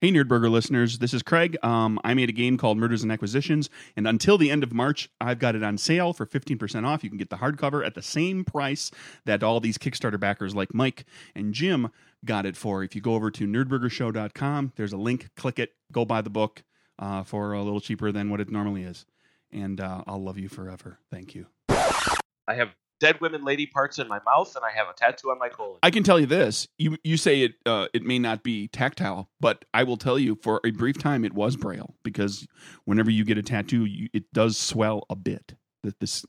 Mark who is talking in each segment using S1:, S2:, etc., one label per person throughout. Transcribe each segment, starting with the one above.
S1: Hey, Nerdburger listeners, this is Craig. Um, I made a game called Murders and Acquisitions, and until the end of March, I've got it on sale for 15% off. You can get the hardcover at the same price that all these Kickstarter backers like Mike and Jim got it for. If you go over to nerdburgershow.com, there's a link, click it, go buy the book uh, for a little cheaper than what it normally is. And uh, I'll love you forever. Thank you.
S2: I have dead women lady parts in my mouth, and I have a tattoo on my colon.
S1: I can tell you this. You you say it uh, it may not be tactile, but I will tell you for a brief time it was braille because whenever you get a tattoo, you, it does swell a bit. That this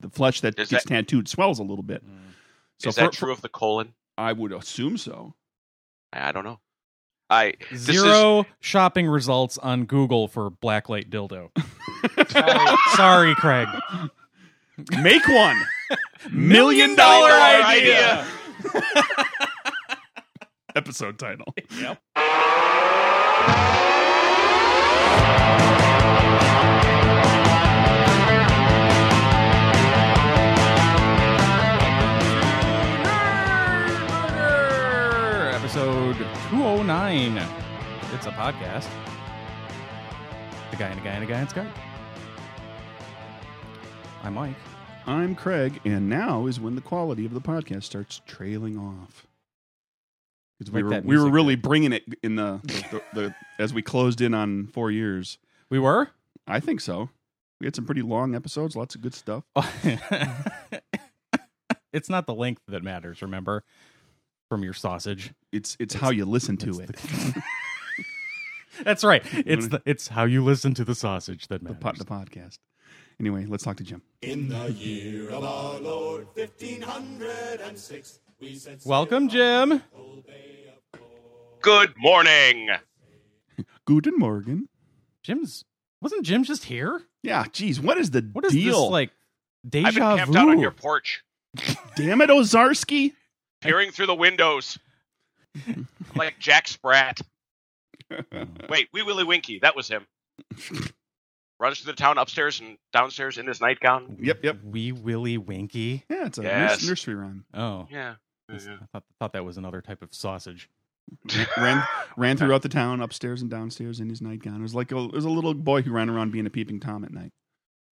S1: the flesh that
S2: Is
S1: gets tattooed swells a little bit. So
S2: Is that
S1: for-
S2: true of the colon?
S1: I would assume so.
S2: I I don't know. I this
S3: Zero shopping results on Google for blacklight dildo. Sorry, Craig.
S1: Make one million
S3: Million
S1: dollar
S3: dollar
S1: idea. Episode title.
S3: Episode 209. It's a podcast. The guy and a guy and a guy and Skype. I'm Mike.
S1: I'm Craig, and now is when the quality of the podcast starts trailing off. 'Cause we
S3: Like
S1: were
S3: that
S1: we were
S3: music
S1: really bringing it in the, the, the, the as we closed in on four years.
S3: We were?
S1: I think so. We had some pretty long episodes, lots of good stuff.
S3: it's not the length that matters, remember? From your sausage.
S1: It's it's, how you listen to it.
S3: That's That's right. It's
S1: wanna-
S3: the, it's how you listen to the sausage that
S1: The,
S3: matters.
S1: pod, the podcast. Anyway, let's talk to Jim.
S4: In the year of our Lord 1506, we said,
S3: Welcome, Jim.
S2: is good morning.
S1: Guten Morgen.
S3: Jim's wasn't Jim just here?
S1: Yeah, geez, what is the
S3: What is
S1: deal?
S3: this like? Deja
S2: I've been camped
S3: vu.
S2: out on your porch,
S1: Damn it, Ozarski.
S2: peering through the windows, like Jack Sprat. Wait, Wee Willie Winky, that was him. Runs through the town upstairs and downstairs in his nightgown.
S1: Yep, yep.
S3: Wee Willie Winky.
S1: Yeah, it's a
S2: Yes.
S1: nurs- nursery rhyme.
S3: Oh,
S2: Yeah.
S3: I thought, thought that was another type of sausage.
S1: ran ran throughout the town, upstairs and downstairs in his nightgown. It was like a, it was a little boy who ran around being a peeping tom at night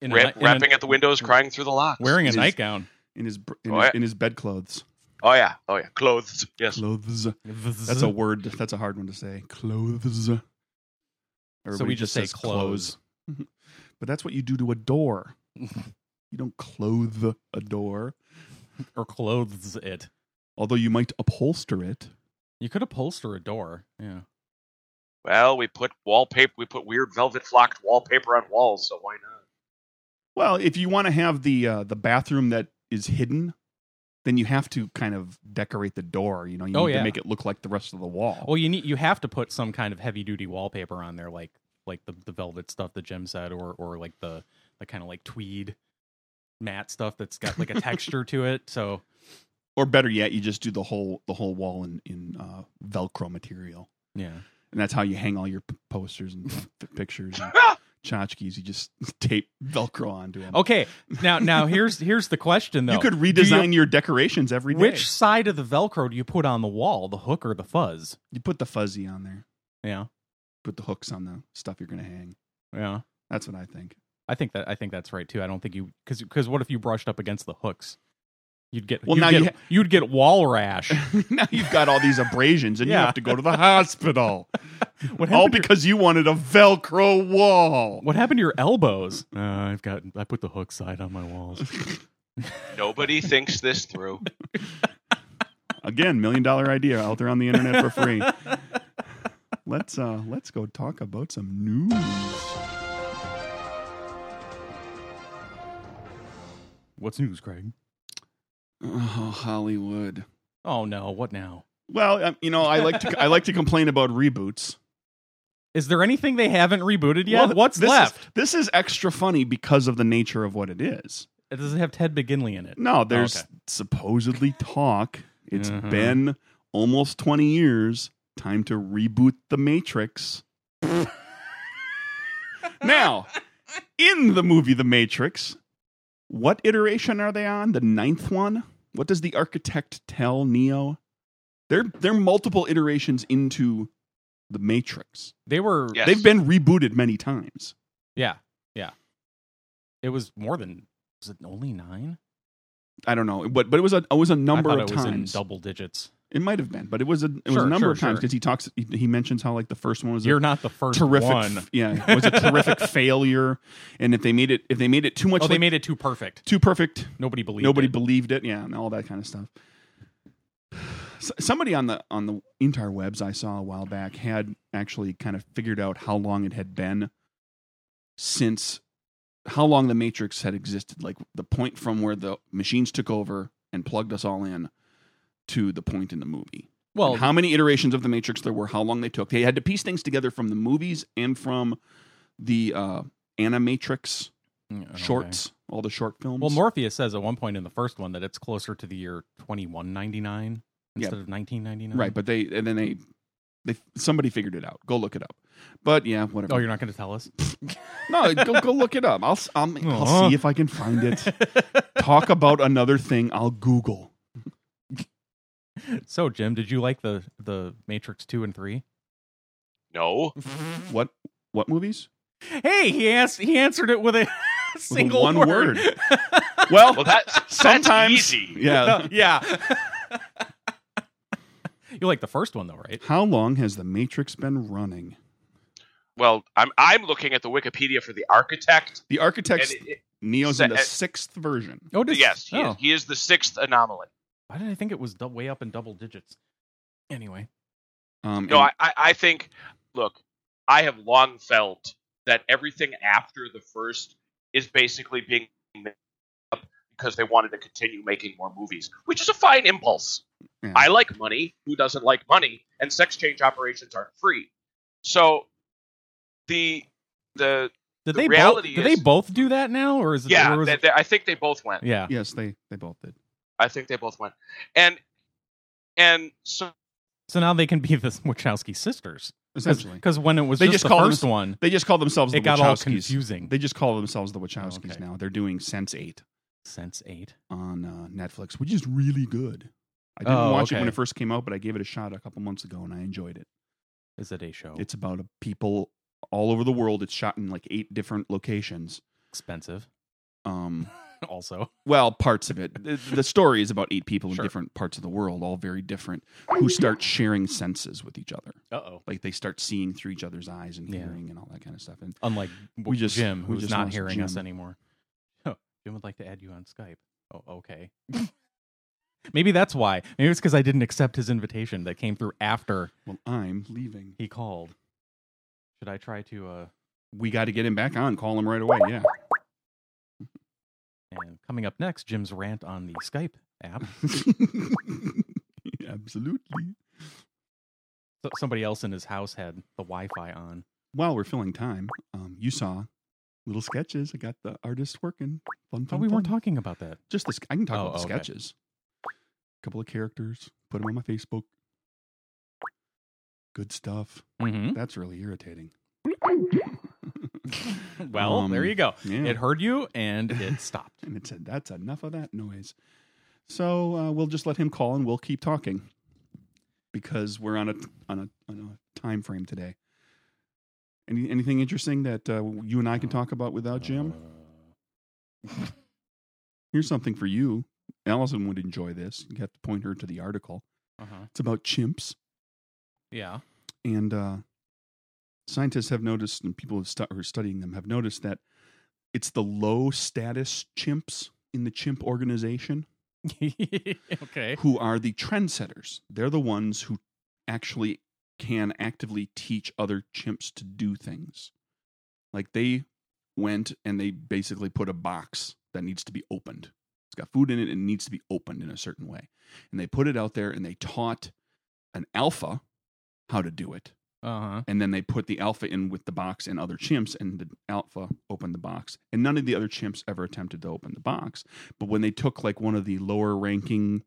S3: In a
S2: Rap,
S3: ni- in a-
S2: rapping at the windows, crying through the locks.
S3: wearing a
S1: Is-
S3: nightgown.
S1: in his br- in,
S2: Oh,
S1: his,
S2: yeah.
S1: in his bedclothes.
S2: Oh yeah, oh yeah, clothes. Yes.
S1: Clothes. That's a word. That's a hard one to say. Clothes.
S3: so
S1: Everybody
S3: we just say
S1: says
S3: clothes.
S1: But that's what you do to a door. you don't clothe a door,
S3: or clothes it.
S1: although you might upholster it.
S3: You could upholster a door. Yeah.
S2: Well, we put wallpaper. We put weird velvet flocked wallpaper on walls, so why not?
S1: Well, if you want to have the uh, the bathroom that is hidden, then you have to kind of decorate the door. You know, you
S3: Oh,
S1: need
S3: yeah.
S1: to make it look like the rest of the wall.
S3: Well, you need you have to put some kind of heavy duty wallpaper on there, like like the, the velvet stuff that Jim said, or or like the the kind of like tweed matte stuff that's got like a texture to it. So
S1: or better yet, you just do the whole the whole wall in in uh, Velcro material,
S3: yeah,
S1: and that's how you hang all your p- posters and p- pictures and tchotchkes. You just tape Velcro onto them.
S3: Ah! okay. Now now here's here's the question though.
S1: You could
S3: Do
S1: redesign your decorations every day.
S3: which side of the Velcro do you put on the wall, the hook or the fuzz?
S1: you put the fuzzy on there,
S3: Yeah,
S1: put the hooks on the stuff you're going to hang.
S3: yeah.
S1: That's what I think.
S3: I think that I think that's right too. I don't think you because because what if you brushed up against the hooks? You'd get
S1: Well,
S3: you'd
S1: now
S3: get,
S1: you ha-
S3: you'd get wall rash.
S1: now you've got all these abrasions, and you
S3: Yeah.
S1: have to go to the hospital, all
S3: What happened to your-
S1: because you wanted a Velcro wall.
S3: What happened to your elbows? Uh, I've got. I put the hook side on my walls.
S2: Nobody thinks this through.
S1: Again, million dollar idea out there on the internet for free. let's uh let's go talk about some news.
S3: What's news, Craig?
S1: Oh, Hollywood.
S3: Oh no! What now?
S1: Well, um, you know, I like to I like to complain about reboots.
S3: Is there anything they haven't rebooted yet?
S1: Well,
S3: What's
S1: this is-
S3: left?
S1: this is extra funny because of the nature of what it is.
S3: It doesn't have Ted McGinley in it.
S1: No, there's
S3: Oh, okay.
S1: supposedly talk. It's
S3: Mhm.
S1: been almost 20 years. Time to reboot The Matrix. now, in the movie The Matrix, what iteration are they on? The ninth one? What does the architect tell Neo? They're, they're multiple iterations into The Matrix.
S3: They were
S2: Yes.
S1: They've been rebooted many times.
S3: yeah, yeah. It was more than was it only nine?
S1: I don't know, but but it was a it was a number
S3: I thought
S1: of
S3: it was in
S1: times.
S3: double digits.
S1: it might have been, but it was a it was
S3: Sure,
S1: a number
S3: sure,
S1: of times
S3: sure.
S1: because he talks he, he mentions how like the first one was a
S3: You're not the first
S1: terrific
S3: one.
S1: f- yeah it was a terrific failure and if they made it if they made it too much
S3: oh, they
S1: like-
S3: made it too perfect.
S1: too perfect
S3: Nobody believed.
S1: nobody
S3: it.
S1: believed it yeah and all that kind of stuff S- somebody on the on the interwebs i saw a while back had actually kind of figured out how long it had been since how long the matrix had existed like the point from where the machines took over and plugged us all in to the point in the movie
S3: well,
S1: and how many iterations of the Matrix there were, how long they took. They had to piece things together from the movies and from the uh, Animatrix
S3: mm, okay.
S1: shorts, all the short films.
S3: Well, Morpheus says at one point in the first one that it's closer to the year 2199
S1: Yeah.
S3: instead of 1999.
S1: right, but they and then they they somebody figured it out. Go look it up. But yeah, whatever.
S3: Oh, you're not going to tell us?
S1: no, go go look it up. I'll s- I'll, I'll
S3: Aw.
S1: see if I can find it. Talk about another thing. I'll Google.
S3: so, Jim, did you like the the Matrix 2 and 3?
S2: No.
S1: What what movies?
S3: Hey, he asked he answered it with a single
S1: one
S3: word.
S1: word. Well,
S2: Well, that's
S1: sometimes
S2: that's easy.
S1: yeah.
S3: yeah. you like the first one though, right?
S1: How long has the Matrix been running?
S2: Well, I'm I'm looking at the Wikipedia for the architect.
S1: The
S2: And
S1: architects
S2: it, it-
S1: Neo's in the
S2: Sa- uh,
S1: sixth version.
S3: Oh, does-
S2: yes, he,
S3: Oh.
S2: is, he is the sixth anomaly.
S3: Why did I think it was dou- way up in double digits? Anyway,
S1: Um,
S2: No,
S1: and-
S2: I, I I think. Look, I have long felt that everything after the first is basically being made up because they wanted to continue making more movies, which is a fine impulse.
S1: Yeah.
S2: I like money. Who doesn't like money? And sex change operations aren't free. So the the
S3: did
S2: The
S3: they both,
S2: reality
S3: did they
S2: is-
S3: both do that now, or is it
S2: yeah,
S3: or was
S2: they-
S3: it-
S2: they- I think they both went.
S3: yeah?
S1: Yes, they they both did.
S2: I think they both went. And and so
S3: So now they can be the Wachowski sisters
S1: Essentially,
S3: because when it was
S1: They
S3: just,
S1: just
S3: the
S1: call them
S3: first
S1: s-
S3: one,
S1: they just call themselves
S3: it
S1: the
S3: got all
S1: Wachowskis.
S3: confusing.
S1: They just call themselves the Wachowskis
S3: okay.
S1: now. They're doing Sense Eight
S3: Sense eight.
S1: on uh, Netflix, which is really good. I didn't
S3: Oh,
S1: watch it
S3: okay.
S1: when it first came out, but I gave it a shot a couple months ago, and I enjoyed it.
S3: Is it a show?
S1: It's about a people all over the world. It's shot in like eight different locations.
S3: expensive.
S1: Um,
S3: Also,
S1: well, parts of it. The, the story is about eight people in
S3: Sure.
S1: different parts of the world, all very different, who start sharing senses with each other.
S3: uh oh.
S1: Like they start seeing through each other's eyes and
S3: Yeah.
S1: hearing and all that kind of stuff. And
S3: Unlike
S1: We just-
S3: Jim,
S1: we
S3: who's
S1: just
S3: not
S1: lost
S3: hearing us
S1: Jim.
S3: anymore. Oh, Jim would like to add you on Skype. Oh, okay. Maybe that's why. Maybe it's because I didn't accept his invitation that came through after
S1: well, I'm leaving.
S3: he called. Should I try to uh
S1: we got to get him back on. Call him right away. Yeah.
S3: and coming up next, Jim's rant on the Skype app.
S1: Absolutely.
S3: So- somebody else in his house had the Wi-Fi on.
S1: While we're filling time, um, you saw little sketches. I got the artist working. Fun,
S3: Oh,
S1: fun,
S3: we weren't
S1: fun.
S3: talking about that.
S1: Just the, sk- I can talk
S3: Oh,
S1: about the
S3: okay.
S1: sketches. A couple of characters. Put them on my Facebook. Good stuff.
S3: Mm-hmm.
S1: That's really irritating.
S3: Well,
S1: Um,
S3: there you go.
S1: Yeah.
S3: It heard you and it stopped.
S1: and it said, "That's enough of that noise." So uh, we'll just let him call, and we'll keep talking because we're on a on a on a time frame today. Any anything interesting that uh, you and I can talk about without Jim? Here's something for you. Allison would enjoy this. You have to point her to the article.
S3: Uh-huh.
S1: It's about chimps.
S3: Yeah.
S1: and uh, scientists have noticed, and people who stu- who are studying them have noticed that it's the low status chimps in the chimp organization
S3: okay.
S1: who are the trendsetters. They're the ones who actually can actively teach other chimps to do things. Like they went and they basically put a box that needs to be opened. It's got food in it and it needs to be opened in a certain way. And they put it out there and they taught an alpha how to do it
S3: Uh huh.
S1: and then they put the alpha in with the box and other chimps and the alpha opened the box and none of the other chimps ever attempted to open the box but when they took like one of the lower ranking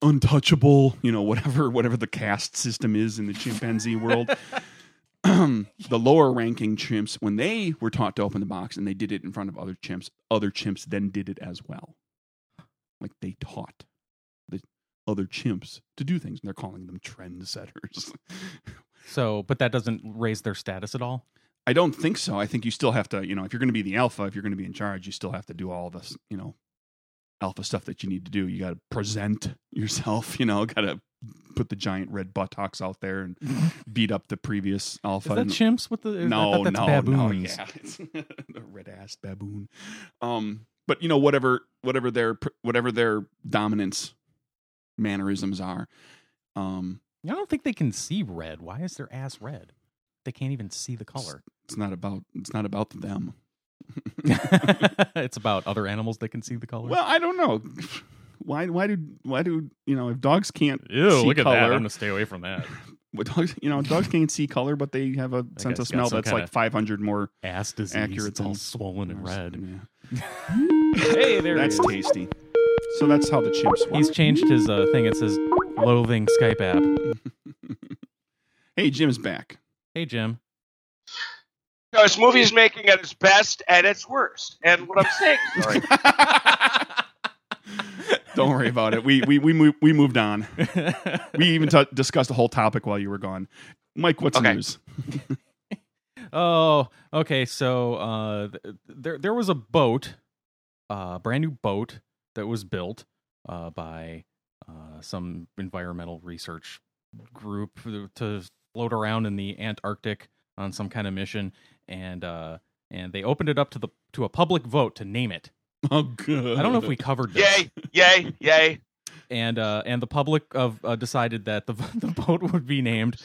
S1: untouchable you know whatever whatever the caste system is in the chimpanzee world the lower ranking chimps when they were taught to open the box and they did it in front of other chimps other chimps then did it as well like they taught the other chimps to do things and they're calling them trendsetters
S3: So, but that doesn't raise their status at all.
S1: I don't think so. I think you still have to, you know, if you're going to be the alpha, if you're going to be in charge, you still have to do all this, you know, alpha stuff that you need to do. You got to present yourself, you know, got to put the giant red buttocks out there and beat up the previous alpha.
S3: Is that
S1: And-
S3: chimps with the? I
S1: no,
S3: thought that's
S1: no, no,
S3: baboons.
S1: yeah, It's a red-ass baboon. Um, but you know, whatever, whatever their, whatever their dominance mannerisms are, um,
S3: I don't think they can see red. Why is their ass red? They can't even see the color.
S1: it's not about, it's not about them.
S3: it's about other animals that can see the color.
S1: Well, I don't know. Why? Why do? Why do? You know, if dogs can't
S3: Ew,
S1: see
S3: look at
S1: color,
S3: that. I'm gonna stay away from that.
S1: well, dogs, you know, dogs can't see color, but they have a sense of
S3: it's got
S1: smell
S3: some
S1: that's
S3: kinda
S1: like 500 more
S3: Ass disease.
S1: Accurate
S3: It's all
S1: than-
S3: swollen and red.
S1: Yeah.
S2: Hey, there
S1: That's
S2: it is.
S1: tasty. So that's how the chimps work.
S3: He's changed his uh, thing. It says loathing Skype app.
S1: hey, Jim's back.
S3: Hey Jim.
S2: No, this movie is making at its best and its worst. And what I'm saying, sorry,
S1: Don't worry about it. We we we moved, we moved on. We even t- discussed the whole topic while you were gone. Mike, what's
S2: Okay.
S1: news?
S3: Oh, okay. So uh, th- there there was a boat, uh, brand new boat that was built uh, by uh, some environmental research group to float around in the Antarctic on some kind of mission, and uh, and they opened it up to the to a public vote to name it.
S1: Oh, good.
S3: I don't know if we covered this
S2: yay, yay, yay.
S3: and uh, and the public of uh, decided that the the boat would be named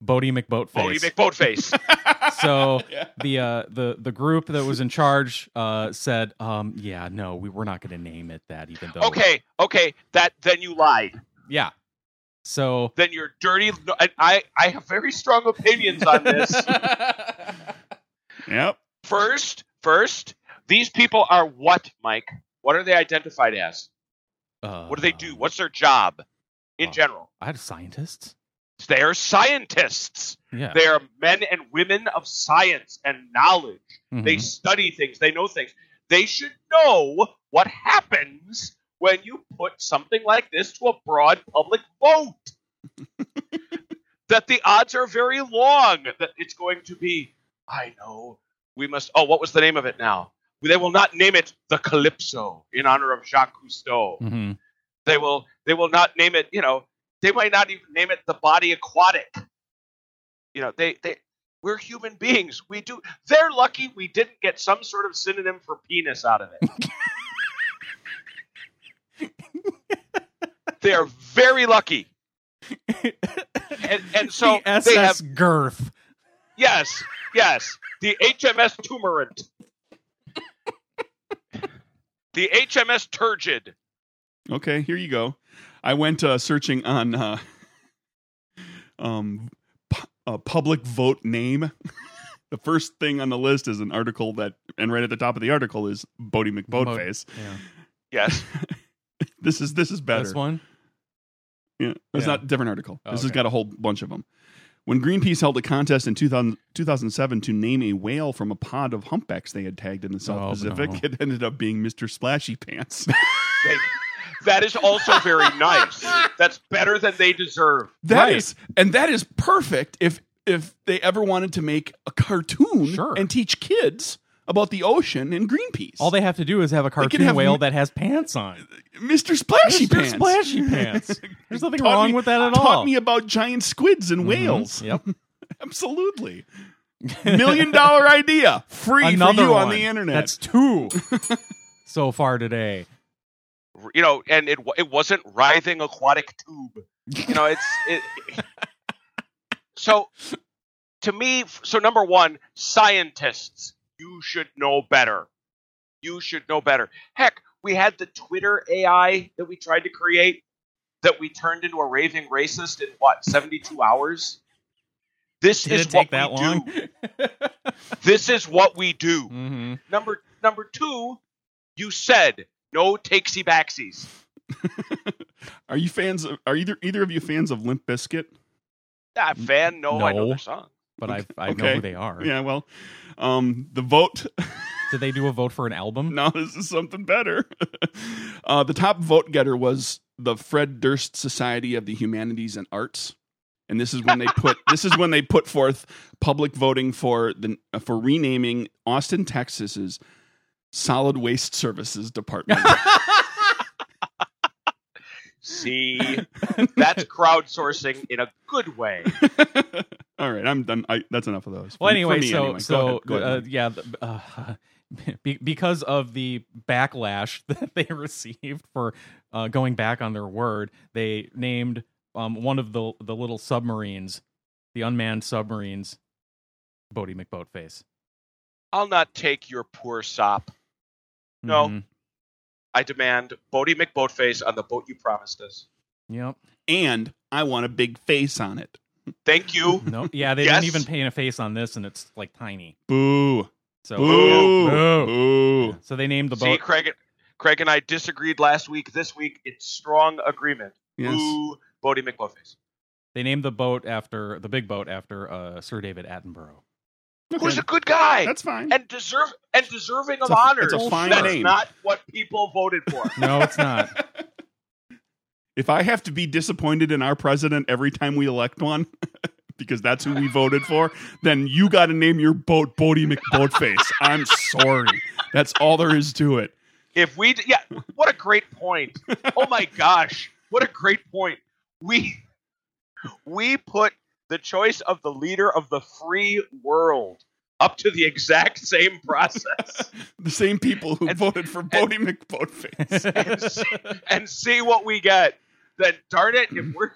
S3: Bodie McBoatface.
S2: Bodie McBoatface.
S3: so
S1: Yeah.
S3: the uh, the the group that was in charge uh, said, um, "Yeah, no, we were not going to name it that, even though."
S2: okay, okay. That then you lied.
S3: Yeah. So.
S2: Then you're dirty. And I I have very strong opinions on this.
S1: Yep.
S2: First, first, these people are what, Mike? What are they identified as?
S3: uh,
S2: What do they do? What's their job in
S3: uh,
S2: general?
S3: I had scientists.
S2: They are scientists.
S3: Yeah.
S2: They are men and women of science and knowledge.
S3: Mhm.
S2: They study things, they know things. They should know what happens when you put something like this to a broad public vote. that the odds are very long that it's going to be, I know, we must, oh, what was the name of it now? They will not name it the Calypso in honor of Jacques Cousteau.
S3: Mhm.
S2: They will they will not name it, you know, they might not even name it the body aquatic. You know, they they we're human beings. We do they're lucky we didn't get some sort of synonym for penis out of it. they are very lucky. And and so
S3: the SS
S2: they have
S3: girth.
S2: yes, yes, the HMS tumorant. the HMS turgid.
S1: Okay, here you go. I went uh, searching on uh, um, pu- a public vote name. the first thing on the list is an article that, and right at the top of the article is Bodie McBoatface.
S3: Yeah.
S2: Yes.
S1: this is this is better.
S3: This one.
S1: Yeah, it's
S3: Yeah.
S1: not a different article.
S3: Oh,
S1: this has
S3: okay.
S1: got a whole bunch of them. When Greenpeace held a contest in 2000, 2007 to name a whale from a pod of humpbacks they had tagged in the South
S3: Oh,
S1: Pacific,
S3: no.
S1: it ended up being Mr. Splashy Pants.
S2: Thank That is also very nice. That's better than they deserve.
S1: That is,
S3: Right.
S1: and that is perfect if if they ever wanted to make a cartoon
S3: Sure.
S1: and teach kids about the ocean and Greenpeace.
S3: All they have to do is have a cartoon
S1: have
S3: whale
S1: m-
S3: that has pants on.
S1: Mr. Splashy
S3: Mr.
S1: Pants
S3: Splashy pants. There's nothing
S1: Taught
S3: wrong
S1: me-
S3: with that at
S1: taught
S3: all.
S1: me about giant squids and
S3: Mhm.
S1: whales.
S3: Yep.
S1: Absolutely. Million dollar idea. Free
S3: Another
S1: for you
S3: one.
S1: on the internet.
S3: That's two so far today.
S2: You know, and it wa- it wasn't writhing aquatic tube. You know, it's it. So, to me, f- so number one, scientists, you should know better. You should know better. Heck, we had the Twitter AI that we tried to create that we turned into a raving racist in what seventy two hours. This
S3: Did
S2: is
S3: it take
S2: what
S3: that
S2: we
S3: long?
S2: do. This is what we do.
S3: mm-hmm.
S2: Number number two, you said no takesy backsies.
S1: Are you fans of, are either either of you fans of Limp Biscuit?
S2: Ah, fan, no, I know
S3: No.
S2: their song.
S3: But I, I know
S1: Okay.
S3: who they are.
S1: Yeah, well, um the vote
S3: Did they do a vote for an album?
S1: now this is something better. uh the top vote getter was the Fred Durst Society of the Humanities and Arts. and this is when they put this is when they put forth public voting for the uh, for renaming Austin, Texas's Solid Waste Services Department.
S2: See, that's crowdsourcing in a good way.
S1: All right, I'm done. I, that's enough of those.
S3: Well,
S1: For me- for
S3: anyway,
S1: me
S3: so
S1: anyway. Go
S3: so
S1: ahead, go ahead.
S3: Uh, yeah, the- uh, be- because of the backlash that they received for uh, going back on their word, they named um, one of the the little submarines, the unmanned submarines, Bodie McBoatface.
S2: I'll not take your poor sop. No.
S3: Mhm.
S2: I demand Bodie McBoatface on the boat you promised us.
S3: Yep.
S1: and I want a big face on it.
S2: Thank you.
S3: No. Yeah, they
S2: Yes.
S3: didn't even paint a face on this, and it's like tiny.
S1: Boo!
S3: So.
S1: Boo!
S3: Oh, Boo.
S1: Boo!
S3: Yeah, So they named the
S2: See,
S3: boat.
S2: Craig, Craig and I disagreed last week. This week, it's strong agreement.
S1: Yes.
S2: Ooh, Bodie McBoatface.
S3: They named the boat after the big boat after uh, Sir David Attenborough.
S2: Who's
S1: Okay,
S2: a good guy
S1: That's fine.
S2: and deserve and deserving
S1: It's
S2: of
S1: a-
S2: honor.
S1: it's a fine
S2: That's
S1: name.
S2: not what people voted for.
S3: No, it's not.
S1: If I have to be disappointed in our president every time we elect one, because that's who we voted for, then you got to name your boat Bodie McBoatface. I'm sorry. That's all there is to it.
S2: If we, d- yeah, what a great point. Oh my gosh, what a great point. We we put the choice of the leader of the free world up to the exact same process
S1: The same people who
S2: And-
S1: voted for Bodie McBoatface.
S2: and see, and see what we get. Then darn it, if we're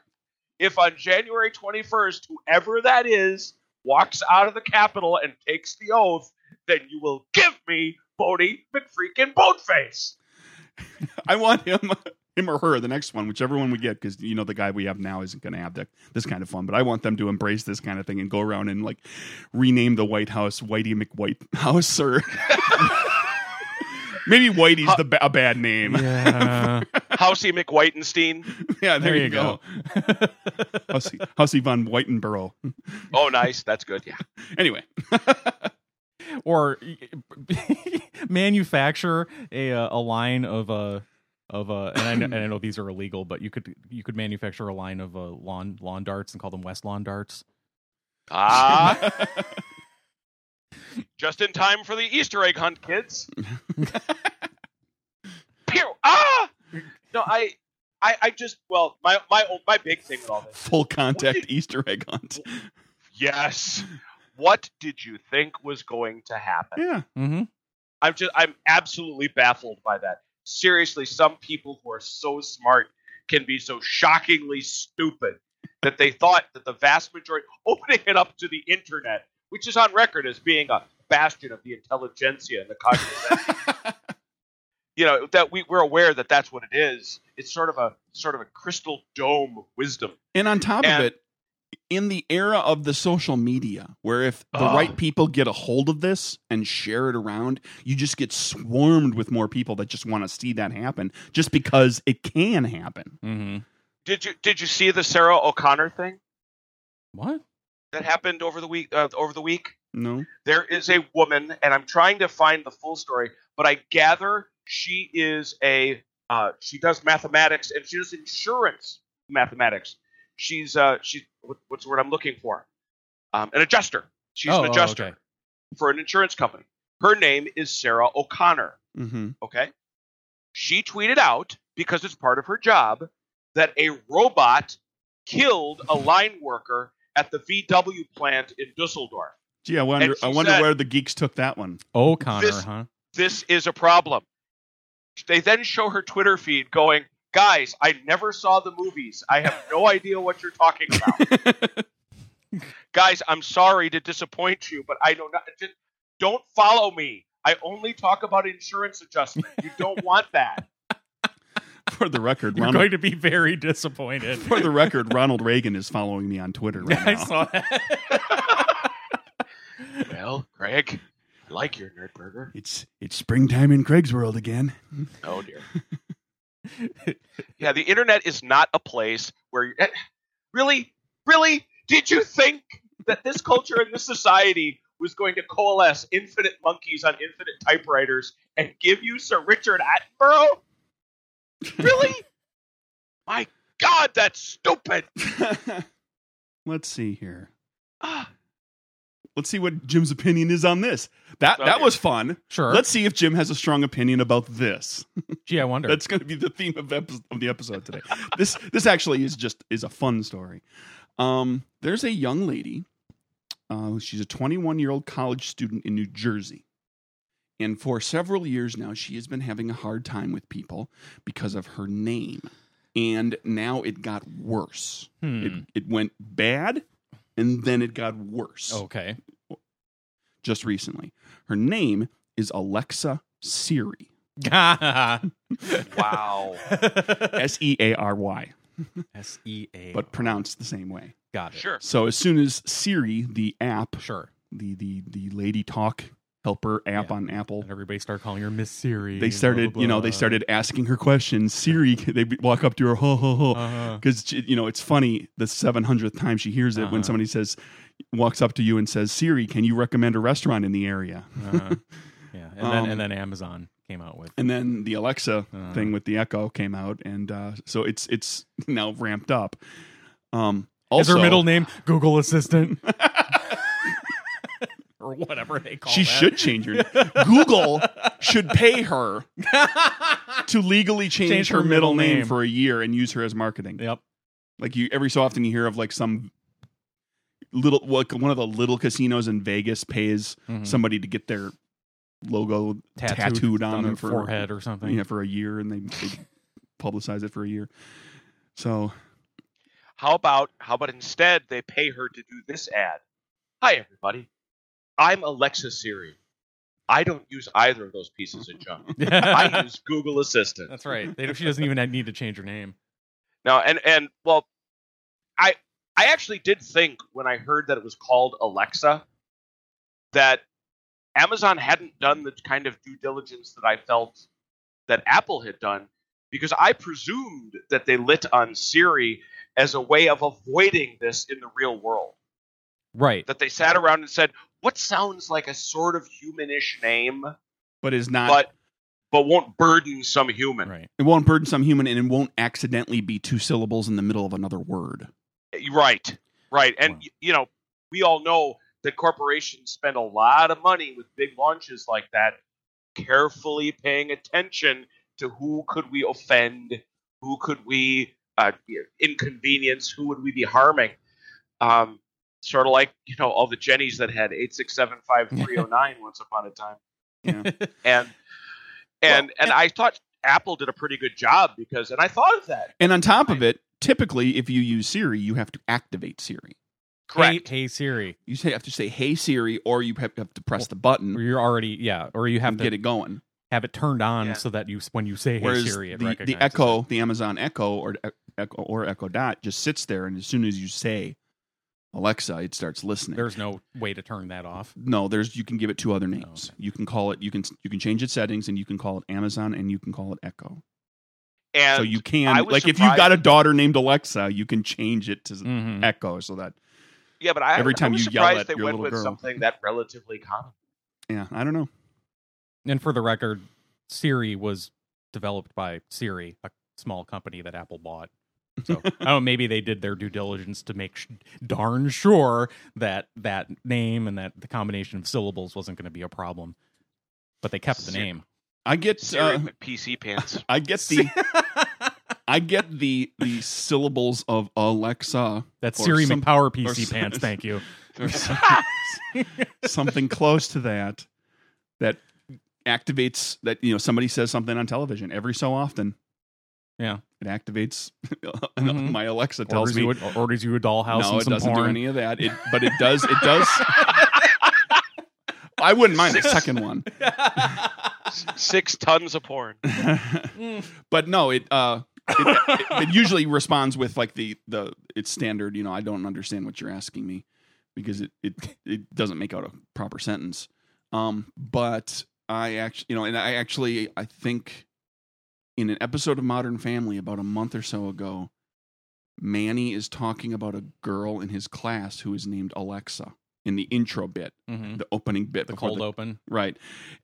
S2: if on January 21st, whoever that is walks out of the Capitol and takes the oath, then you will give me Bodie McFreaking Boatface.
S1: I want him, him or her, the next one, whichever one we get, because you know the guy we have now isn't going to have that this kind of fun. But I want them to embrace this kind of thing and go around and like rename the White House Whitey McWhite House or maybe Whitey's the ba- a bad name.
S3: Yeah.
S2: Housey McWhitenstein.
S1: Yeah,
S3: there you go.
S1: Hussey, Hussey von Whitenborough.
S2: Oh, nice. That's good. Yeah.
S1: Anyway,
S3: or manufacture a uh, a line of uh, of uh, and I know, and I know these are illegal, but you could you could manufacture a line of uh, lawn lawn darts and call them West Lawn darts.
S2: Ah, just in time for the Easter egg hunt, kids. Pew! Ah! No, I, I, I just well, my my my big thing with all this.
S1: full contact Easter egg hunt.
S2: Yes. What did you think was going to happen?
S1: Yeah,
S3: Mm-hmm.
S2: I'm just I'm absolutely baffled by that. Seriously, some people who are so smart can be so shockingly stupid that they thought that the vast majority opening it up to the internet, which is on record as being a bastion of the intelligentsia and the cognitive, you know, that we, we're aware that that's what it is. It's sort of a sort of a crystal dome of wisdom.
S1: and on top
S2: And-
S1: of it, in the era of the social media, where if the
S2: Oh.
S1: right people get a hold of this and share it around, you just get swarmed with more people that just want to see that happen, just because it can happen.
S3: Mm-hmm.
S2: Did you did you see the Sarah O'Connor thing
S3: What?
S2: that happened over the week uh, over the week?
S1: No,
S2: there is a woman, and I'm trying to find the full story, but I gather she is a uh, she does mathematics and she does insurance mathematics. She's uh she's what, what's the word I'm looking for? Um, an adjuster. She's
S3: Oh,
S2: an
S3: oh,
S2: adjuster
S3: okay.
S2: for an insurance company. Her name is Sarah O'Connor.
S1: mm-hmm.
S2: Okay, she tweeted out because it's part of her job that a robot killed a line worker at the VW plant in Dusseldorf.
S1: Gee, I wonder.
S2: And she
S1: I wonder
S2: said-
S1: where the geeks took that one.
S3: O'Connor,
S2: This-
S3: huh?
S2: this is a problem. They then show her Twitter feed going, Guys, I never saw the movies. I have no idea what you're talking about. Guys, I'm sorry to disappoint you, but I know not. Just don't follow me. I only talk about insurance adjustment. You don't want that.
S1: For the record,
S3: You're
S1: Ronald,
S3: going to be very disappointed.
S1: for the record, Ronald Reagan is following me on Twitter right now.
S3: I saw that.
S2: Well, Greg, I like your nerd burger.
S1: It's it's springtime in Craig's world again.
S2: Oh dear. yeah, the internet is not a place where you really, really did you think that this culture and this society was going to coalesce infinite monkeys on infinite typewriters and give you Sir Richard Attenborough? Really? My God, that's stupid.
S1: well, Let's see here. Ah. Let's see what Jim's opinion is on this. That that
S2: Okay.
S1: was fun.
S3: Sure.
S1: Let's see if Jim has a strong opinion about this.
S3: Gee, I wonder.
S1: That's going to be the theme of, epi- of the episode today. this this actually is just is a fun story. Um, there's a young lady. Uh, she's a 21 year old college student in New Jersey, and for several years now, she has been having a hard time with people because of her name. And now it got worse.
S3: Hmm.
S1: It, it went bad, and then it got worse.
S3: okay.
S1: just recently, her name is Alexa Siri.
S2: Wow.
S1: S E A R Y,
S3: S E A.
S1: but pronounced the same way.
S3: got it.
S2: Sure.
S1: So as soon as Siri, the app,
S3: Sure.
S1: the the the lady talk helper app
S3: Yeah.
S1: on Apple,
S3: And everybody started calling her Miss Siri.
S1: they
S3: and blah,
S1: started
S3: blah,
S1: you know they
S3: blah.
S1: started asking her questions. Siri, they walk up to her, ho ho ho,
S3: Uh-huh.
S1: because you know it's funny the 700th time she hears it when
S3: Uh-huh.
S1: somebody says walks up to you and says siri can you recommend a restaurant in the area
S3: Uh-huh. Yeah. And then
S1: Um,
S3: and then Amazon came out with.
S1: and then the alexa
S3: Uh-huh.
S1: thing with the echo came out and uh, so it's it's now ramped up um
S3: Is
S1: also
S3: her middle name Google Assistant? or whatever they call
S1: she
S3: that.
S1: should change her google should pay her to legally change, her, middle, name, for a year and use her as marketing.
S3: Yep.
S1: Like you, every so often you hear of like some little, like one of the little casinos in Vegas pays
S3: Mhm.
S1: somebody to get their logo tattooed, on, them
S3: their
S1: for
S3: forehead or something.
S1: yeah, for a year, and they, they publicize it for a year. So
S2: How about how about instead they pay her to do this ad? Hi everybody. I'm Alexa Siri. I don't use either of those pieces of junk. I use Google Assistant.
S3: That's right. They, she doesn't even need to change her name.
S2: No, and and well, I I actually did think when I heard that it was called Alexa that Amazon hadn't done the kind of due diligence that I felt that Apple had done because I presumed that they lit on Siri as a way of avoiding this in the real world.
S3: Right.
S2: That they sat around and said, "What sounds like a sort of humanish name,
S1: but is not
S2: but but won't burden some human."
S3: Right.
S1: it won't burden some human and it won't accidentally be two syllables in the middle of another word.
S2: Eh, Right, right, and
S3: Wow.
S2: y you know we all know that corporations spend a lot of money with big launches like that, carefully paying attention to who could we offend, who could we uh, inconvenience, who would we be harming. Um, sort of like you know all the Jennies that had eight six seven five three zero nine once upon a time,
S1: Yeah.
S2: and and
S3: Well,
S2: and I thought Apple did a pretty good job because, and I thought of that.
S1: And on top of it, typically if you use Siri, you have to activate Siri.
S2: Correct.
S3: Hey, hey Siri,
S1: You say- have to say "Hey Siri," or you have have to press the button
S3: or you're already yeah, or you have
S1: and
S3: to
S1: get it going.
S3: have it turned on
S2: Yeah.
S3: so that you when you say Hey
S1: Whereas
S3: Siri, it
S1: the, the
S3: recognizes it.
S1: Echo, the Amazon Echo or E- Echo or Echo Dot, just sits there, and as soon as you say Alexa, it starts listening.
S3: There's no way to turn that off. Oh,
S1: no, there's you can give it two other names.
S3: okay.
S1: You can call it you can you can change its settings, and you can call it Amazon, and you can call it Echo.
S2: And
S1: so you can
S2: I was
S1: like if you've got a
S2: surprised-
S1: daughter named Alexa, you can change it to
S3: Mm-hmm.
S1: Echo so that
S2: Yeah, but I,
S1: Every time
S2: I was
S1: you yell
S2: surprised
S1: at
S2: they
S1: your
S2: went
S1: little
S2: with
S1: girl.
S2: something that relatively common.
S1: yeah, I don't know.
S3: And for the record, Siri was developed by Siri, a small company that Apple bought. So I don't know, maybe they did their due diligence to make sh- darn sure that that name and that the combination of syllables wasn't going to be a problem. But they kept the
S2: Siri-
S3: name.
S1: I get
S2: Siri
S1: uh,
S2: with PC pants.
S1: I get the I get the the syllables of Alexa
S3: That's
S1: Or
S3: Siri
S1: some-
S3: McPower
S1: or
S3: PC
S1: some-
S3: pants. Thank you.
S1: or some- something close to that that activates that you know somebody says something on television every so often.
S3: Yeah.
S1: it activates.
S3: Mhm.
S1: My Alexa tells
S3: Orders you,
S1: me
S3: a, orders you a dollhouse
S1: no,
S3: and
S1: it
S3: some
S1: doesn't
S3: porn.
S1: do any of that. It, but it does. It does. I wouldn't mind a second one.
S2: Six tons of porn.
S1: but no, it uh it, it, it usually responds with like the the it's standard, you know, I don't understand what you're asking me because it it it doesn't make out a proper sentence. Um but I actually, you know, and I actually I think in an episode of Modern Family about a month or so ago, Manny is talking about a girl in his class who is named Alexa. in the intro bit,
S3: Mhm.
S1: the opening bit,
S3: The
S1: before
S3: cold open.
S1: right?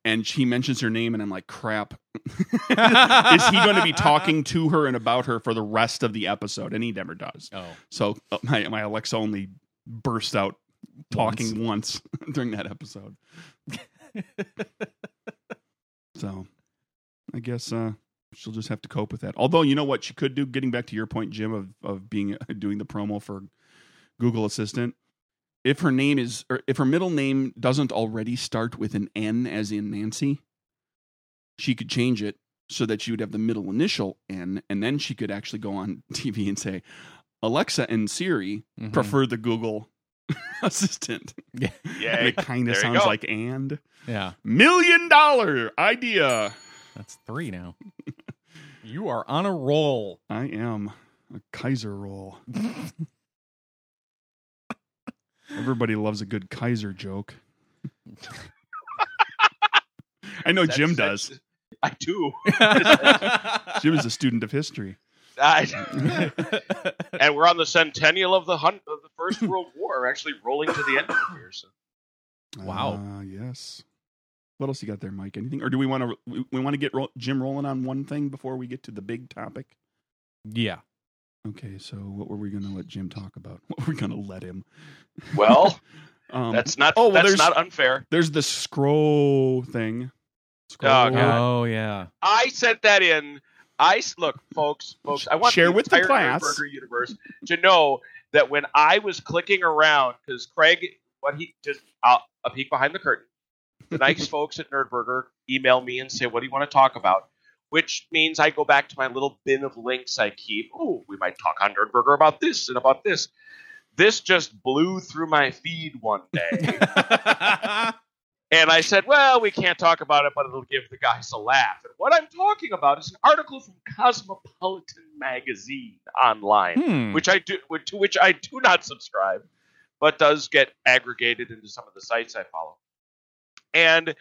S1: And she mentions her name, and I'm like, crap. Is he going to be talking to her and about her for the rest of the episode? And he never does.
S3: Oh,
S1: So uh, my my Alexa only burst out talking once, during that episode. so I guess uh, she'll just have to cope with that. Although you know what she could do. Getting back to your point, Jim, of of being doing the promo for Google Assistant. If her name is, or if her middle name doesn't already start with an N, as in Nancy, she could change it so that she would have the middle initial N, and then she could actually go on TV and say, "Alexa and Siri
S2: Mm-hmm.
S3: mhm.
S1: prefer the Google Assistant. And
S2: Yeah.
S1: it kind
S2: There
S1: of
S2: you
S1: sounds
S2: go.
S1: like and
S3: yeah,
S1: million dollar idea.
S3: that's three now. you are on a roll.
S1: I am a Kaiser roll. Everybody loves a good Kaiser joke. I know Jim
S2: That's-
S1: does.
S2: that's- I do.
S1: Jim is a student of history.
S2: I, and we're on the centennial of the hunt of the First World War, We're actually rolling to the end of here. So.
S3: Wow.
S1: Ah, yes. What else you got there, Mike? Anything, or do we want to we, we want to get ro- Jim rolling on one thing before we get to the big topic?
S3: yeah.
S1: Okay, so what were we going to let Jim talk about? What were we going to let him?
S2: Well,
S1: Um,
S2: that's not.
S1: oh, well,
S2: that's
S1: there's-
S2: not unfair.
S1: there's the scroll thing. Scroll.
S2: Oh, God.
S3: Oh yeah.
S2: I sent that in. I s- look, folks, folks. I want
S1: Share
S2: the
S1: with the
S2: entire
S1: class.
S2: Nerdburger universe to know that when I was clicking around, because Craig, what he just uh, a peek behind the curtain. The nice folks at Nerdburger email me and say, "What do you want to talk about?" Which means I go back to my little bin of links I keep. Oh, we might talk on Nerdburger about this and about this. This just blew through my feed one day. And I said, well, we can't talk about it, but it'll give the guys a laugh. And what I'm talking about is an article from Cosmopolitan magazine online,
S3: Hmm.
S2: which I do, which- to which I do not subscribe, but does get aggregated into some of the sites I follow. And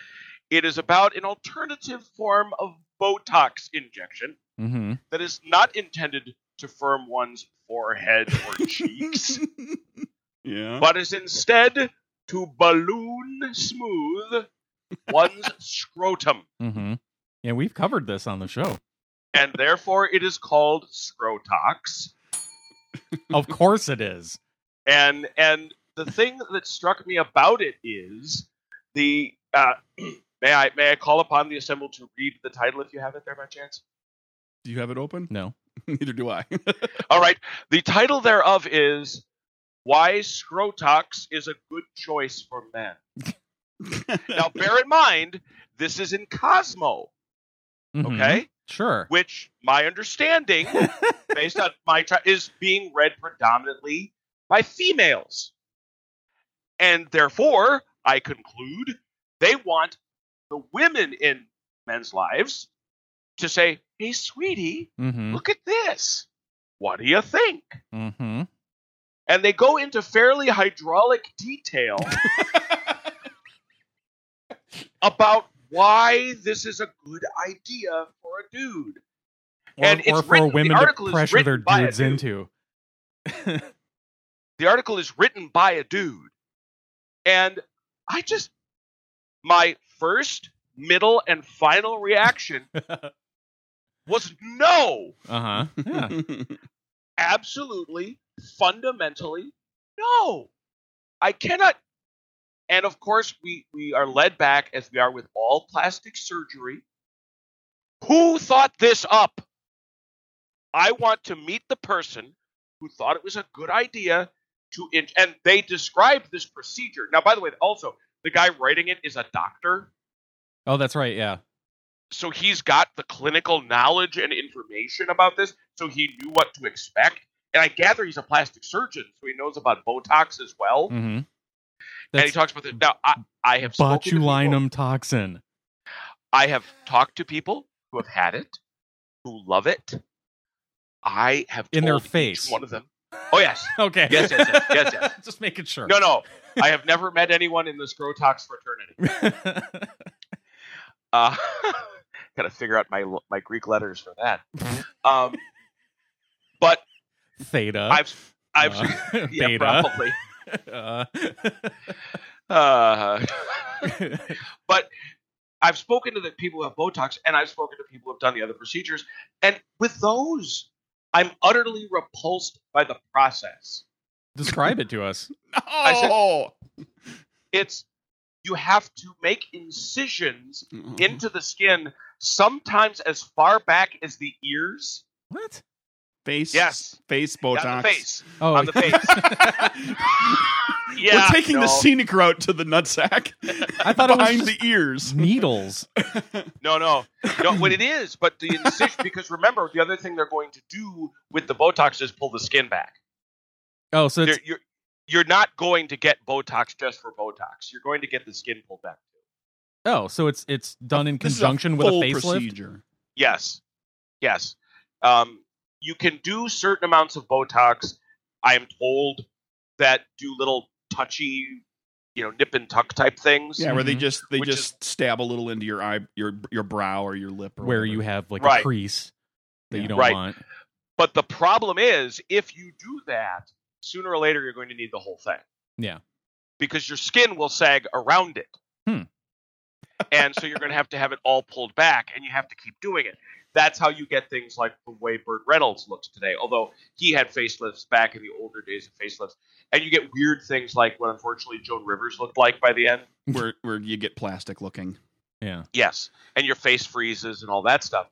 S2: it is about an alternative form of Botox injection
S3: hmm
S2: that is not intended to firm one's forehead or cheeks
S1: yeah.
S2: but is instead to balloon smooth one's scrotum,
S3: hmm Yeah, we've covered this on the show.
S2: and therefore it is called scrotox.
S3: Of course it is.
S2: And and the thing that struck me about it is the uh, may I may I call upon the assembled to read the title if you have it there by chance.
S1: do you have it open?
S3: No.
S1: Neither do I.
S2: All right, the title thereof is why scrotox is a good choice for men. Now bear in mind this is in Cosmo,
S3: Mhm.
S2: okay?
S3: Sure.
S2: which my understanding, based on my tri- is being read predominantly by females, and therefore I conclude they want the women in men's lives to say, "Hey, sweetie,
S3: Mm-hmm.
S2: look at this. What do you think?"
S3: Mm-hmm.
S2: And they go into fairly hydraulic detail about why this is a good idea for a dude.
S3: Or,
S2: And it's
S3: or for
S2: written- the
S3: women to
S2: article is
S3: pressure their
S2: written by a
S3: dudes
S2: dude.
S3: into.
S2: the article is written by a dude and i just my first middle and final reaction was no
S3: Uh-huh. Yeah.
S2: absolutely fundamentally no i cannot and of course we we are led back as we are with all plastic surgery who thought this up i want to meet the person who thought it was a good idea to in- and they described this procedure now by the way also the guy writing it is a doctor
S3: Oh, that's right, yeah.
S2: so he's got the clinical knowledge and information about this, so he knew what to expect. And I gather he's a plastic surgeon, so he knows about Botox as well.
S3: Mm-hmm.
S2: and he
S3: That's
S2: talks about this. Now, I, I have spoken to people-
S3: botulinum toxin.
S2: I have talked to people who have had it, who love it. I have
S3: In their
S2: told each
S3: face.
S2: one of them. Oh yes,
S3: Okay.
S2: Yes, yes, yes, yes, yes.
S3: Just making sure.
S2: no, no. I have never met anyone in the Scrotox fraternity. Uh, gotta figure out my my Greek letters for that. Um, but
S3: Theta.
S2: I've I've
S3: uh,
S2: yeah,
S3: beta.
S2: probably.
S3: Uh,
S2: Uh, I've spoken to the people who have Botox, and I've spoken to people who have done the other procedures, and with those, I'm utterly repulsed by the process.
S3: describe it to us.
S2: said-
S1: Oh,
S2: It's you have to make incisions
S1: Mm-hmm.
S2: into the skin, sometimes as far back as the ears.
S3: What?
S1: face.
S2: Yes.
S1: face
S2: Yeah,
S1: Botox.
S2: On the face.
S3: Oh,
S2: On the face. Yeah.
S1: We're taking
S2: no,
S1: the scenic route to the nutsack
S3: I thought it was
S1: behind
S3: just
S1: the ears.
S3: needles.
S2: No, no. No, what it is, but the incision, because remember, the other thing they're going to do with the Botox is pull the skin back.
S3: Oh, so
S2: You're,
S3: it's,
S2: you're, you're not going to get Botox just for Botox. You're going to get the skin pulled back.
S3: oh, so it's it's done in
S1: This is
S3: conjunction with a
S1: full
S3: facelift.
S1: procedure.
S2: Yes. Yes. Um, you can do certain amounts of Botox, I am told, that do little touchy, you know, nip and tuck type things.
S1: Yeah, where they
S3: Mhm.
S1: just they
S2: Which
S1: just stab a little into your eye, your your brow or your lip, or
S3: where
S1: whatever.
S3: you have like
S2: Right.
S3: a crease that
S1: Yeah.
S3: you don't
S2: Right.
S3: want.
S2: But the problem is, if you do that, sooner or later you're going to need the whole thing.
S3: Yeah.
S2: Because your skin will sag around it.
S3: Hmm.
S2: and so you're going to have to have it all pulled back and you have to keep doing it. That's how you get things like the way Burt Reynolds looks today, although he had facelifts back in the older days of facelifts. And you get weird things like what unfortunately Joan Rivers looked like by the end.
S1: where where you get plastic looking,
S3: Yeah.
S2: Yes. And your face freezes and all that stuff.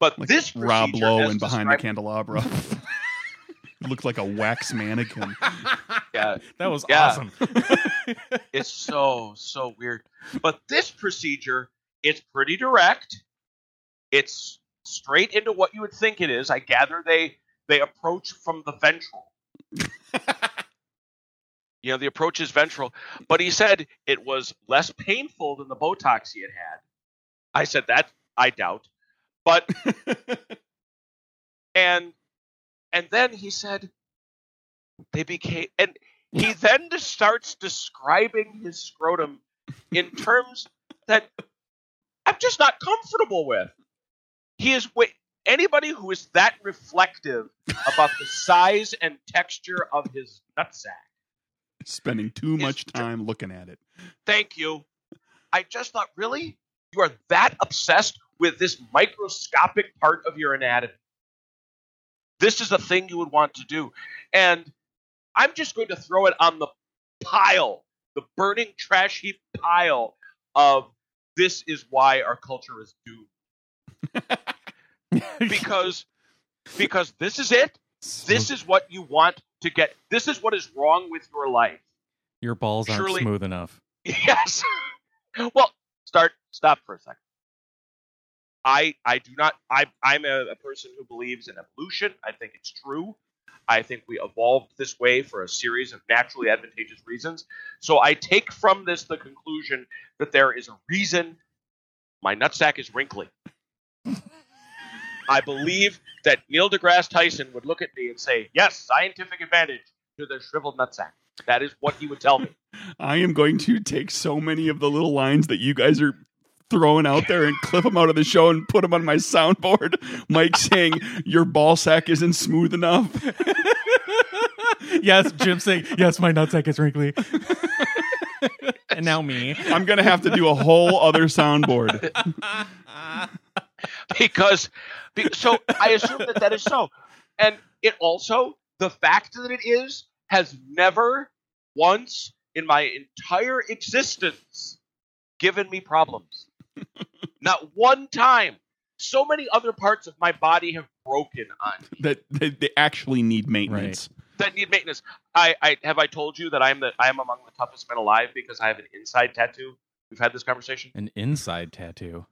S2: But
S1: like
S2: this
S1: Rob
S2: procedure,
S1: Lowe
S2: as
S1: and behind the
S2: described-
S1: candelabra. Looked like a wax mannequin.
S2: Yeah.
S3: That was
S2: Yeah.
S3: awesome.
S2: It's so so weird. But this procedure, it's pretty direct. It's straight into what you would think it is. I gather they they approach from the ventral. you know, the approach is ventral. But he said it was less painful than the Botox he had had. I said that I doubt. But and and then he said they became and he then just starts describing his scrotum in terms that i'm just not comfortable with he is wi- anybody who is that reflective about the size and texture of his nutsack
S1: Spending too
S2: It's
S1: much
S2: ju-
S1: time looking at it.
S2: thank you i just thought really you are that obsessed with this microscopic part of your anatomy this is a thing you would want to do and i'm just going to throw it on the pile the burning trash heap pile of this is why our culture is doomed because because this is it this is what you want to get this is what is wrong with your life
S3: your balls aren't
S2: surely-
S3: smooth enough.
S2: Yes. well, start. Stop for a second. I I do not. I I'm a, a person who believes in evolution. I think it's true. I think we evolved this way for a series of naturally advantageous reasons. So I take from this the conclusion that there is a reason my nutsack is wrinkly. I believe that Neil deGrasse Tyson would look at me and say, "Yes, scientific advantage to the shriveled nutsack." That is what he would tell me.
S1: I am going to take so many of the little lines that you guys are throwing out there and clip them out of the show and put them on my soundboard. Mike saying your ball sack isn't smooth enough.
S3: yes, Jim saying, yes, my nutsack is wrinkly. and now me.
S1: I'm gonna have to do a whole other soundboard.
S2: because be, so i assume that that is so and it also the fact that it is has never once in my entire existence given me problems not one time so many other parts of my body have broken on me
S1: That they, they actually need maintenance.
S2: that need maintenance i i have i told you that i'm the i'm among the toughest men alive because i have an inside tattoo we've had this conversation
S3: An inside tattoo.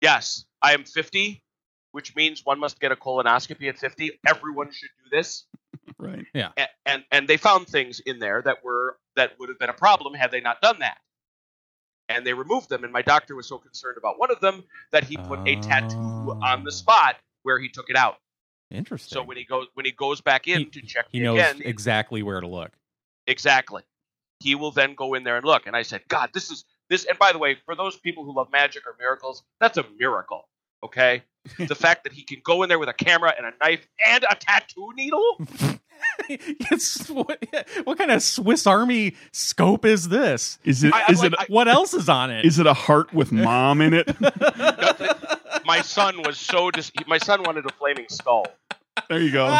S2: Yes, I am 50, which means one must get a colonoscopy at 50. Everyone should do this.
S1: Right.
S2: And, and and they found things in there that were that would have been a problem had they not done that. And they removed them and my doctor was so concerned about one of them that he put a tattoo on
S3: Oh.
S2: the spot where he took it out.
S3: Interesting.
S2: So when he goes when he goes back in
S3: He-
S2: to check
S3: he
S2: me
S3: knows
S2: again,
S3: exactly where to look.
S2: Exactly. He will then go in there and look. And I said, God, this is this. And by the way, for those people who love magic or miracles, that's a miracle. Okay. the fact that he can go in there with a camera and a knife and a tattoo needle
S3: it's, what, what kind of Swiss Army scope is this?
S1: Is it?
S2: I- I'm
S1: Is
S2: like-
S1: it?
S2: I-
S3: What else is on it?
S1: Is it a heart with mom in it?
S2: My son was so dis- my son wanted a flaming skull.
S1: There you go.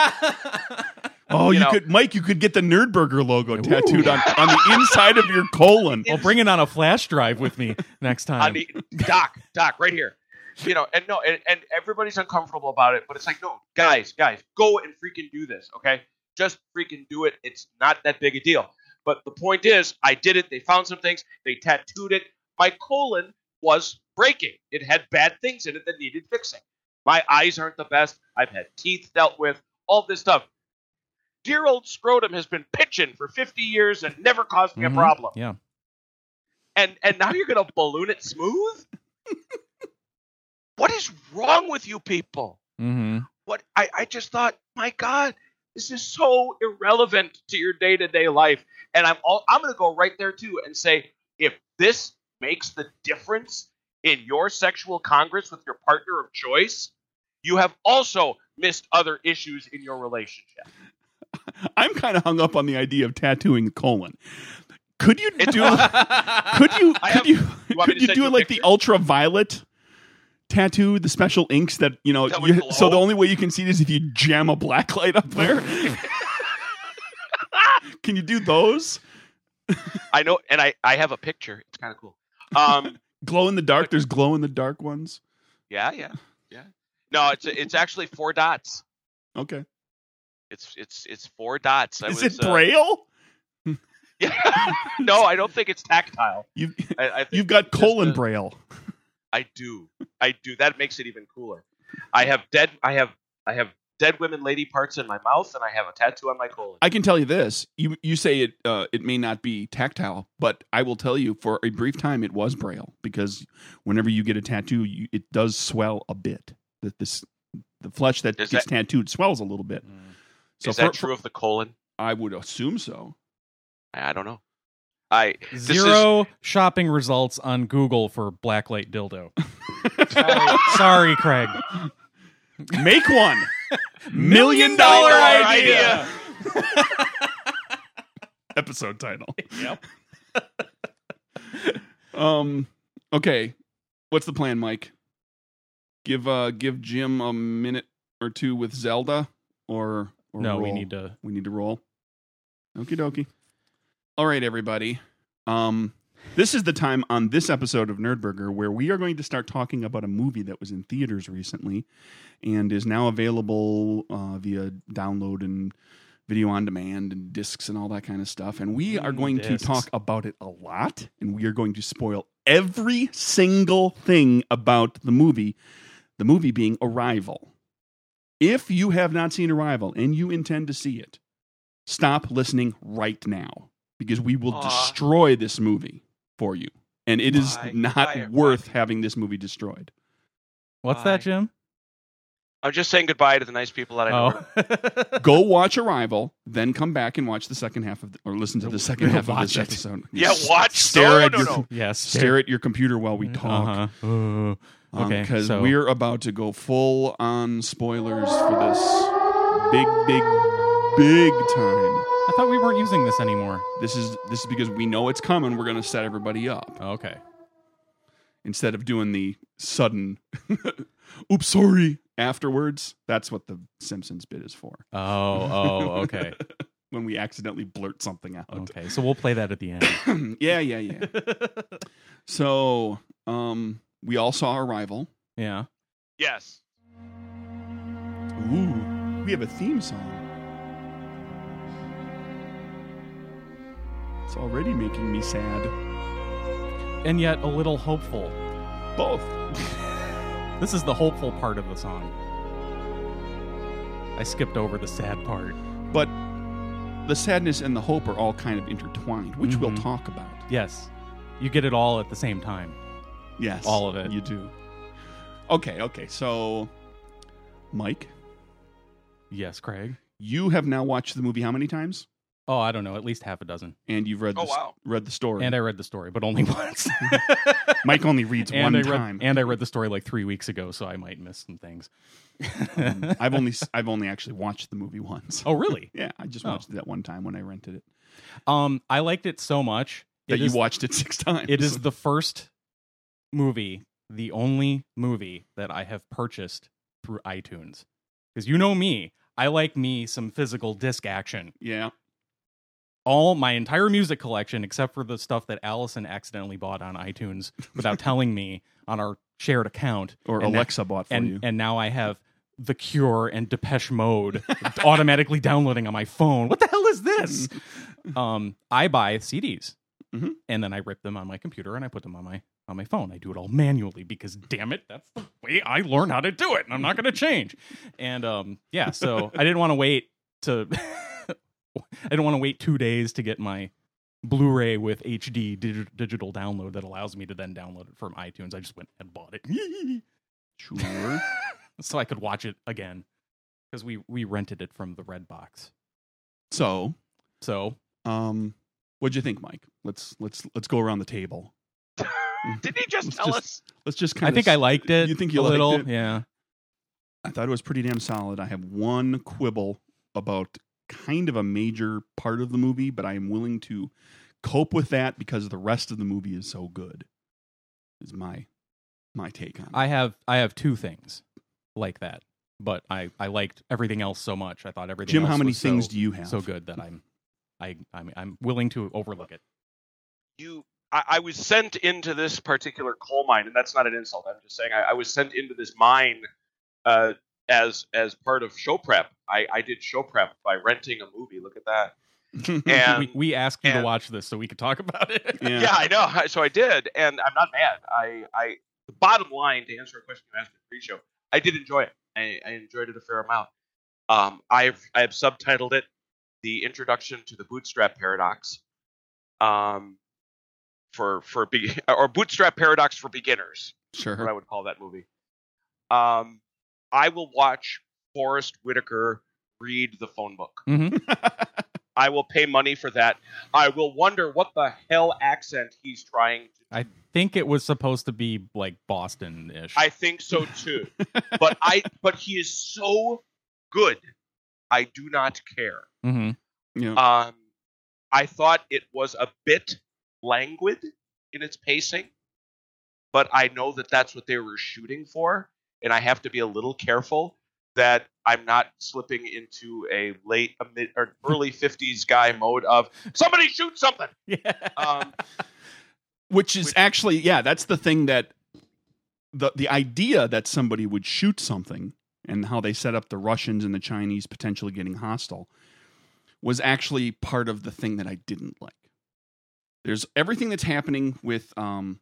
S1: Oh, you,
S2: You know.
S1: could, Mike. You could get the Nerdburger logo
S3: Ooh.
S1: tattooed on, on the inside of your colon.
S3: I'll bring it on a flash drive with me next
S2: on
S3: time.
S2: the doc, doc, right here. You know, and no, and, and everybody's uncomfortable about it, but it's like, no, guys, guys, go and freaking do this, okay? Just freaking do it. It's not that big a deal. But the point is, I did it. They found some things. They tattooed it. My colon was breaking. It had bad things in it that needed fixing. My eyes aren't the best. I've had teeth dealt with. All this stuff. Dear old scrotum has been pitching for 50 years and never caused me
S3: Mhm.
S2: a problem.
S3: Yeah.
S2: And and now you're gonna balloon it smooth? what is wrong with you people?
S3: Mm-hmm.
S2: What I, I just thought, my God, this is so irrelevant to your day to day life. And I'm all I'm gonna go right there too and say, if this makes the difference in your sexual congress with your partner of choice, you have also missed other issues in your relationship.
S1: I'm kind of hung up on the idea of tattooing the colon. Could you
S2: It's-
S1: do? could you? Could
S2: I have-
S1: you?
S2: want
S1: could
S2: me to
S1: you
S2: send
S1: do
S2: you
S1: it
S2: a
S1: like the
S2: picture?
S1: ultraviolet tattoo? The special inks that you know.
S2: That would
S1: You, so the
S2: glow?
S1: only way you can see it is if you jam a black light up there. can you do those?
S2: I know and I, I have a picture. It's kinda cool. Um
S1: Glow in the dark. There's glow in the dark ones.
S2: Yeah, yeah, yeah. No, it's it's actually four dots.
S1: Okay.
S2: It's it's it's four dots. I
S1: Is
S2: was,
S1: it
S2: uh,
S1: braille?
S2: yeah. no, I don't think it's tactile.
S1: You've
S2: I, I think
S1: you've got
S2: just uh,
S1: colon
S2: a-
S1: braille.
S2: I do. I do. That makes it even cooler. I have dead. I have I have dead women lady parts in my mouth, and I have a tattoo on my colon.
S1: I can tell you this. You you say it uh, it may not be tactile, but I will tell you for a brief time it was braille because whenever you get a tattoo, you, it does swell a bit. That this the flesh that
S2: Is
S1: gets tattooed swells a little bit.
S3: Mm.
S1: So
S2: Is
S1: for-
S2: that true of the colon?
S1: I would assume so.
S2: I I don't know. I this is-
S3: Zero shopping results on Google for blacklight dildo.
S2: Oh,
S3: Sorry, Craig.
S1: Make one million dollar
S3: dollar
S1: idea. Episode title.
S3: Yep.
S1: Um. Okay. What's the plan, Mike? Give uh give Jim a minute or two with Zelda, or, or
S3: No, we
S1: roll?
S3: need to.
S1: We need to roll. Okie dokie. All right, everybody. Um, this is the time on this episode of Nerdburger where we are going to start talking about a movie that was in theaters recently and is now available uh, via download and video on demand and discs and all that kind of stuff. And we are
S3: Mm,
S1: going
S3: discs.
S1: to talk about it a lot and we are going to spoil every single thing about the movie, the movie being Arrival. If you have not seen Arrival and you intend to see it, stop listening right now because we will
S2: Aw.
S1: destroy this movie for you. And it is
S2: Why?
S1: not
S2: Why?
S1: worth having this movie destroyed.
S3: What's
S2: Bye.
S3: that, Jim?
S2: I'm just saying goodbye to the nice people that I know.
S3: Oh.
S1: Go watch Arrival, then come back and watch the second half of, the, or listen to the second half of
S3: Watch
S1: this
S3: it.
S1: episode.
S2: Yeah,
S1: S-
S2: watch.
S1: Stare
S2: no,
S1: at
S2: no,
S1: your
S2: no.
S3: yes.
S1: stare at your computer while we talk
S3: Uh-huh. Uh, okay,
S1: because
S3: so-
S1: we're about to go full on spoilers for this big, big, big time.
S3: I thought we weren't using this anymore.
S1: This is this is because we know it's coming. We're going to set everybody up.
S3: Oh, Okay.
S1: instead of doing the sudden oops sorry afterwards that's what the simpsons bit is for
S3: Oh, oh, okay.
S1: when we accidentally blurt something out
S3: Okay. So we'll play that at the end.
S1: yeah yeah yeah so um we all saw arrival
S3: yeah.
S2: Yes.
S1: ooh we have a theme song it's already making me sad
S3: And yet a little hopeful.
S1: both
S3: This is the hopeful part of the song. I skipped over the sad part.
S1: but the sadness and the hope are all kind of intertwined which we'll
S3: Mhm.
S1: talk about
S3: Yes. You get it all at the same time.
S1: yes
S3: All of it.
S1: you do okay okay so mike
S3: Yes, Craig.
S1: You have now watched the movie how many times?
S3: Oh, I don't know, at least half a dozen.
S1: and you've read
S2: Oh,
S1: the, s-
S2: wow.
S1: read the story.
S3: And I read the story, but only once.
S1: Mike only reads
S3: and
S1: one
S3: I read,
S1: time.
S3: And I read the story like three weeks ago, so I might miss some things.
S1: Um, I've only s- I've only actually watched the movie once.
S3: oh, really?
S1: Yeah, I just
S3: Oh.
S1: watched it that one time when I rented it.
S3: Um, I liked it so much.
S1: That
S3: it
S1: you
S3: is-
S1: watched it six times.
S3: It is the first movie, the only movie that I have purchased through iTunes. Because you know me, I like me some physical disc action.
S1: yeah.
S3: All my entire music collection, except for the stuff that Allison accidentally bought on iTunes without telling me on our shared account.
S1: Or
S3: And that-
S1: Alexa bought for
S3: and
S1: you.
S3: and now I have The Cure and Depeche Mode automatically downloading on my phone. What the hell is this? um, I buy CDs
S1: Mhm.
S3: and then I rip them on my computer and I put them on my on my phone. I do it all manually because damn it, that's the way I learn how to do it, and I'm not going to change. And um, yeah, so I didn't want to wait to I didn't want to wait two days to get my Blu-ray with HD dig- digital download that allows me to then download it from iTunes. I just went and bought it.
S1: Sure.
S3: so I could watch it again because we we rented it from the Red Box.
S1: so,
S3: So
S1: um, what'd you think, Mike? Let's let's let's go around the table.
S2: Did he just
S1: Let's
S2: tell
S1: just-
S2: us?
S1: Let's just kind
S3: I
S1: of.
S3: think I liked it.
S1: You think you
S3: a
S1: liked
S3: little?
S1: it?
S3: Yeah.
S1: I thought it was pretty damn solid. I have one quibble about kind of a major part of the movie, but I am willing to cope with that because the rest of the movie is so good. Is my my take on it.
S3: I have I have two things like that, but I I liked everything else so much. I thought everything.
S1: Jim,
S3: else
S1: how many
S3: was
S1: things
S3: so,
S1: do you have?
S3: so good that I'm I I'm I'm willing to overlook it.
S2: You, I, I was sent into this particular coal mine, and that's not an insult. I'm just saying I, I was sent into this mine uh, as as part of show prep. I, I did show prep by renting a movie. Look at that. And
S3: we, we asked you to
S2: and-
S3: watch this so we could talk about it.
S1: yeah.
S2: yeah, I know. I- So I did, and I'm not mad. I, I, the bottom line to answer a question you asked in the pre-show, I did enjoy it. I, I enjoyed it a fair amount. Um, I've, I have subtitled it "The Introduction to the Bootstrap Paradox," um, for for be, or Bootstrap Paradox for beginners,
S1: sure.
S2: what I would call that movie. Um, I will watch Forrest Whitaker read the phone book.
S3: Mhm.
S2: I will pay money for that. I will wonder what the hell accent he's trying to
S3: I think it was supposed to be like Boston ish.
S2: I think so too. but I but he is so good. I do not care.
S3: hmm
S1: Yeah.
S2: Um I thought it was a bit languid in its pacing, but I know that that's what they were shooting for and I have to be a little careful that I'm not slipping into a late a mid, or early 50s guy mode of somebody shoot something.
S3: Yeah.
S2: Um
S1: which is
S2: Which-
S1: actually yeah that's the thing that the the idea that somebody would shoot something and how they set up the russians and the chinese potentially getting hostile was actually part of the thing that i didn't like there's everything that's happening with um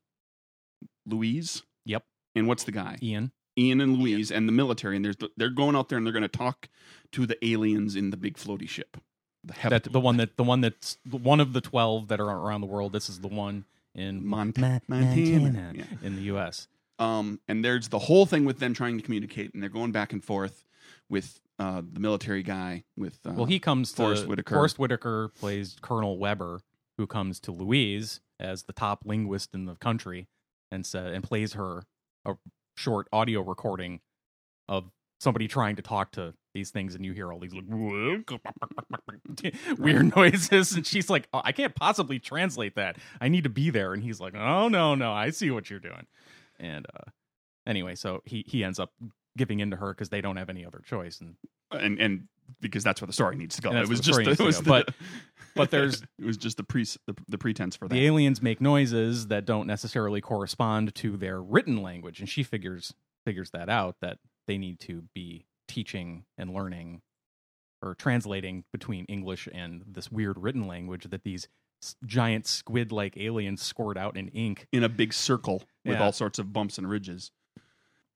S1: louise
S3: Yep.
S1: and what's the guy
S3: Ian.
S1: ian and louise and the military and there's they're going out there and they're going to talk to the aliens in the big floaty ship the, heav-
S3: that the one that the one that's the one of the 12 that are around the world this is the one in
S1: Mont-
S3: Ma-
S1: Montana.
S3: Montana
S1: Yeah.
S3: in the US
S1: Um, and there's the whole thing with them trying to communicate, and they're going back and forth with uh, the military guy. With uh,
S3: well he comes to
S1: Forrest Whitaker.
S3: Forrest Whitaker plays Colonel Weber who comes to Louise as the top linguist in the country and sa and plays her a short audio recording of somebody trying to talk to these things and you hear all these like weird noises and she's like oh, I can't possibly translate that I need to be there and he's like oh no no I see what you're doing and uh anyway so he he ends up giving in to her because they don't have any other choice and
S1: and and because that's where the story needs to go.
S3: And that's
S1: It was
S3: where the
S1: just
S3: story
S1: the,
S3: needs
S1: it
S3: to
S1: was
S3: go,
S1: the-
S3: but- but there's-
S1: it was just the pre the, the pretense for that.
S3: the aliens make noises that don't necessarily correspond to their written language and she figures figures that out that they need to be teaching and learning or translating between english and this weird written language that these s- giant squid like aliens squirt out in ink
S1: in a big circle with
S3: Yeah.
S1: all sorts of bumps and ridges.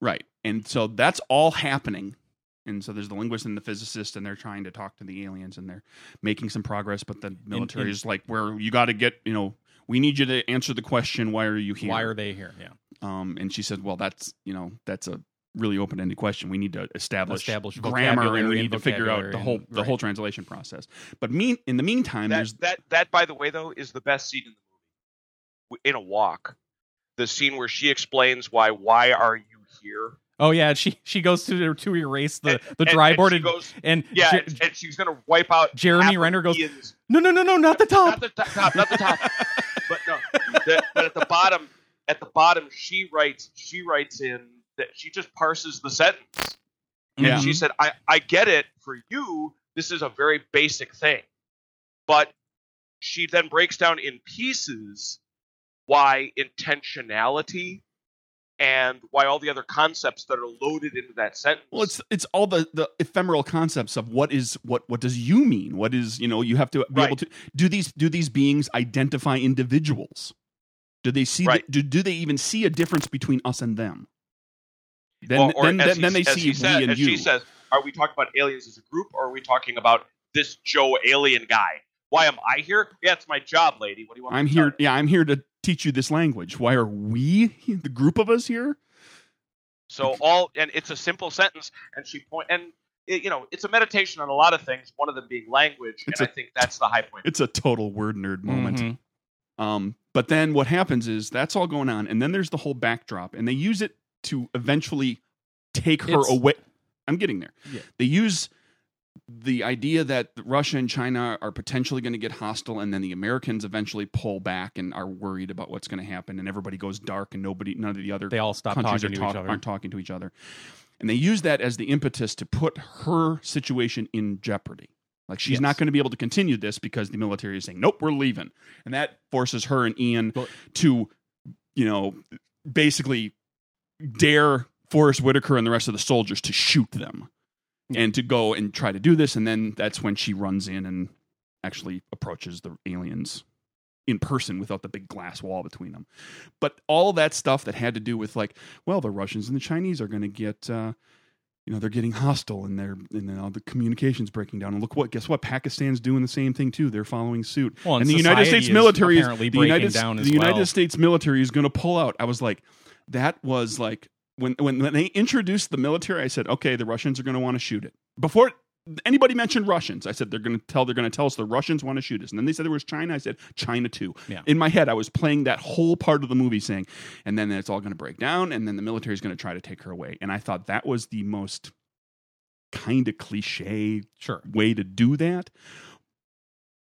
S1: Right. And so that's all happening. And so there's the linguist and the physicist, and they're trying to talk to the aliens, and they're making some progress. But the military
S3: in-
S1: is like, "Where you got to get, you know, we need you to answer the question, why are you here?
S3: why are they here yeah
S1: Um, and she said, "Well, that's you know that's a really open ended question. We need to establish,
S3: Establish
S1: grammar and
S3: vocabulary
S1: we
S3: and
S1: need to figure out the
S3: vocabulary
S1: whole
S3: and-
S1: the whole
S3: right.
S1: translation process. But mean in the meantime,
S2: that,
S1: there's
S2: that that by the way though is the best scene in the movie. In a walk, the scene where she explains why why are you here?
S3: Oh yeah, she she goes to to erase the
S2: And-
S3: the
S2: and-
S3: dry
S2: and
S3: board
S2: she
S3: and,
S2: goes-
S3: and
S2: Yeah,
S3: Jer-
S2: and, and she's gonna wipe out
S3: Jeremy
S2: half of
S3: Renner goes,
S2: Ian's-
S3: no no no no not the top.
S2: not the top, top, not the top, but no, the, but at the bottom, at the bottom, she writes, she writes in that she just parses the sentence, and
S3: Mm-hmm.
S1: Yeah.
S2: she said, "I I get it for you. This is a very basic thing, but she then breaks down in pieces why intentionality." And why all the other concepts that are loaded into that sentence?
S1: Well, it's it's all the the ephemeral concepts of what is what what does you mean? What is you know you have to be
S2: Right.
S1: able to do these do these beings identify individuals? Do they see
S2: Right.
S1: the, do do they even see a difference between us and them? Then
S2: Well, or
S1: then,
S2: as
S1: then,
S2: he-
S1: then they
S2: as
S1: see
S2: he
S1: we
S2: said-
S1: and
S2: as
S1: you.
S2: She says, "Are we talking about aliens as a group, or are we talking about this Joe alien guy? Why am I here? Yeah, it's my job, lady. What do you want?
S1: I'm
S2: me to
S1: here.
S2: tell you?"
S1: Yeah, I'm here to teach you this language. Why are we the group of us here?
S2: So all, and it's a simple sentence, and she point, and it, you know, it's a meditation on a lot of things. One of them being language,
S1: It's
S2: and I think that's the high point.
S1: It's a total word nerd moment.
S3: Mhm.
S1: Um, but then what happens is that's all going on, and then there's the whole backdrop, and they use it to eventually take her
S3: It's-
S1: away. I'm getting there.
S3: Yeah.
S1: They use the idea that Russia and China are potentially going to get hostile, and then the Americans eventually pull back and are worried about what's going to happen, and everybody goes dark, and nobody, none of the other
S3: They all stop
S1: countries
S3: talking
S1: are
S3: to
S1: talk-
S3: each other.
S1: aren't talking to each other. And they use that as the impetus to put her situation in jeopardy. Like she's
S3: Yes.
S1: not going to be able to continue this because the military is saying, "Nope, we're leaving," and that forces her and Ian
S3: Well-
S1: to, you know, basically dare Forrest Whitaker and the rest of the soldiers to shoot them,
S3: Yeah.
S1: and to go and try to do this. And then that's when she runs in and actually approaches the aliens in person without the big glass wall between them. But all that stuff that had to do with like, well, the Russians and the Chinese are going to get, uh, you know, they're getting hostile and they're and then all the communications breaking down. And look what, guess what? Pakistan's doing the same thing too. They're following suit.
S3: Well,
S1: and the United
S3: society
S1: States
S3: is
S1: military is
S3: apparently
S1: the
S3: breaking
S1: United
S3: down as
S1: the United
S3: well.
S1: States military is going to pull out. I was like, that was like when when when they introduced the military. I said, okay, the Russians are going to want to shoot it before. Anybody mentioned Russians? I said they're going to tell. They're going to tell us the Russians want to shoot us, and then they said there was China. I said China too.
S3: Yeah.
S1: In my head, I was playing that whole part of the movie, saying, and then it's all going to break down, and then the military is going to try to take her away. And I thought that was the most kind of cliche
S3: Sure.
S1: way to do that.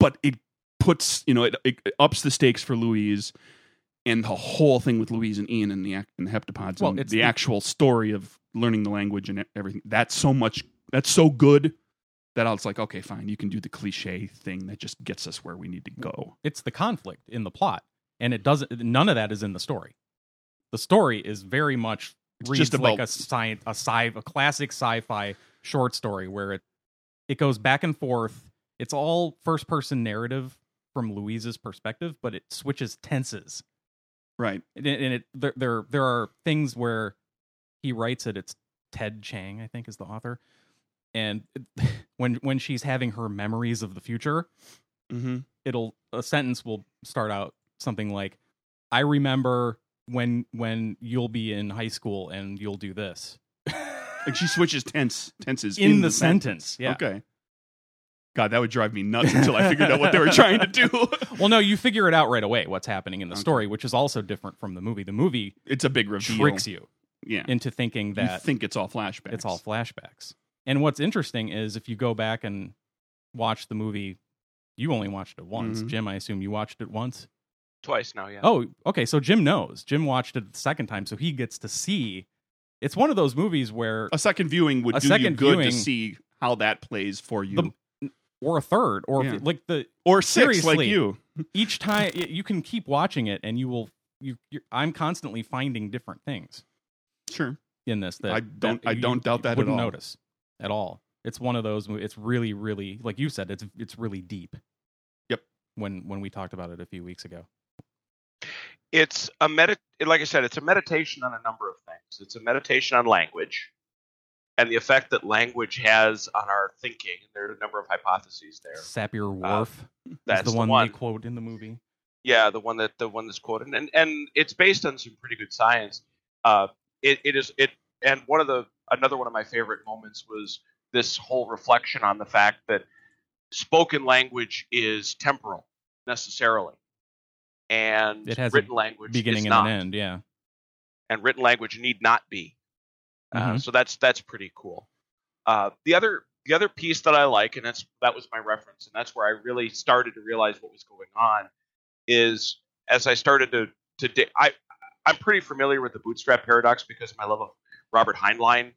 S1: But it puts, you know, it, it ups the stakes for Louise and the whole thing with Louise and Ian and the ac- and the heptapods
S3: Well,
S1: and
S3: it's
S1: the
S3: the-
S1: actual story of learning the language and e- everything. That's so much. That's so good that I was like, okay, fine, you can do the cliche thing that just gets us where we need to go.
S3: It's the conflict in the plot, and it doesn't. None of that is in the story. The story is very much
S1: It's
S3: reads
S1: just
S3: like
S1: about-
S3: a sci a sci a classic sci-fi short story where it it goes back and forth. It's all first person narrative from Louise's perspective, but it switches tenses.
S1: Right.
S3: and it, and it there, there there are things where he writes it. It's Ted Chang, I think, is the author. And it- when when she's having her memories of the future,
S1: Mm-hmm.
S3: it'll a sentence will start out something like, "I remember when when you'll be in high school and you'll do this."
S1: Like she switches tense tenses
S3: in, the, sentence. Yeah.
S1: Okay. God, that would drive me nuts until I figured out what they were trying to do.
S3: Well, no, you figure it out right away what's happening in the
S1: Okay.
S3: story, which is also different from the movie. The movie
S1: it's a big reveal.
S3: tricks you
S1: Yeah.
S3: into thinking that
S1: you think it's all flashbacks.
S3: It's all flashbacks. And what's interesting is if you go back and watch the movie, you only watched it once.
S1: Mhm.
S3: Jim, I assume you watched it once.
S2: Twice now, yeah.
S3: Oh, okay. So Jim knows. Jim watched it the second time, so he gets to see. It's one of those movies where,
S1: a second viewing would
S3: A
S1: do you
S3: second
S1: good to
S3: viewing-
S1: see how that plays for you,
S3: The- or a third, or
S1: Yeah.
S3: like the
S1: or six like
S3: seriously.
S1: you.
S3: each time y- you can keep watching it, and you will. You, you're, I'm constantly finding different things
S1: Sure,
S3: in this that
S1: I don't.
S3: that
S1: I
S3: you
S1: don't doubt that at
S3: wouldn't
S1: all.
S3: notice at all. It's one of those. mo- It's really, really like you said. It's it's really deep.
S1: Yep.
S3: When when we talked about it a few weeks ago.
S2: it's a medit like i said it's a meditation on a number of things it's a meditation on language and the effect that language has on our thinking there are a number of hypotheses there
S3: Sapir Wharf.
S2: Uh, that's
S3: is the one, they quote in the movie.
S2: yeah the one that the one that's quoted and and it's based on some pretty good science uh it, it is it and one of the another one of my favorite moments was this whole reflection on the fact that spoken language is temporal necessarily, and
S3: It has a
S2: written language
S3: beginning
S2: is
S3: and
S2: not,
S3: an end. Yeah.
S2: and written language need not be. Uh,
S3: Mhm.
S2: so that's that's pretty cool. Uh, the other the other piece that I like, and that's that was my reference, and that's where I really started to realize what was going on, is as I started to to di- I I'm pretty familiar with the bootstrap paradox because of my love of Robert Heinlein,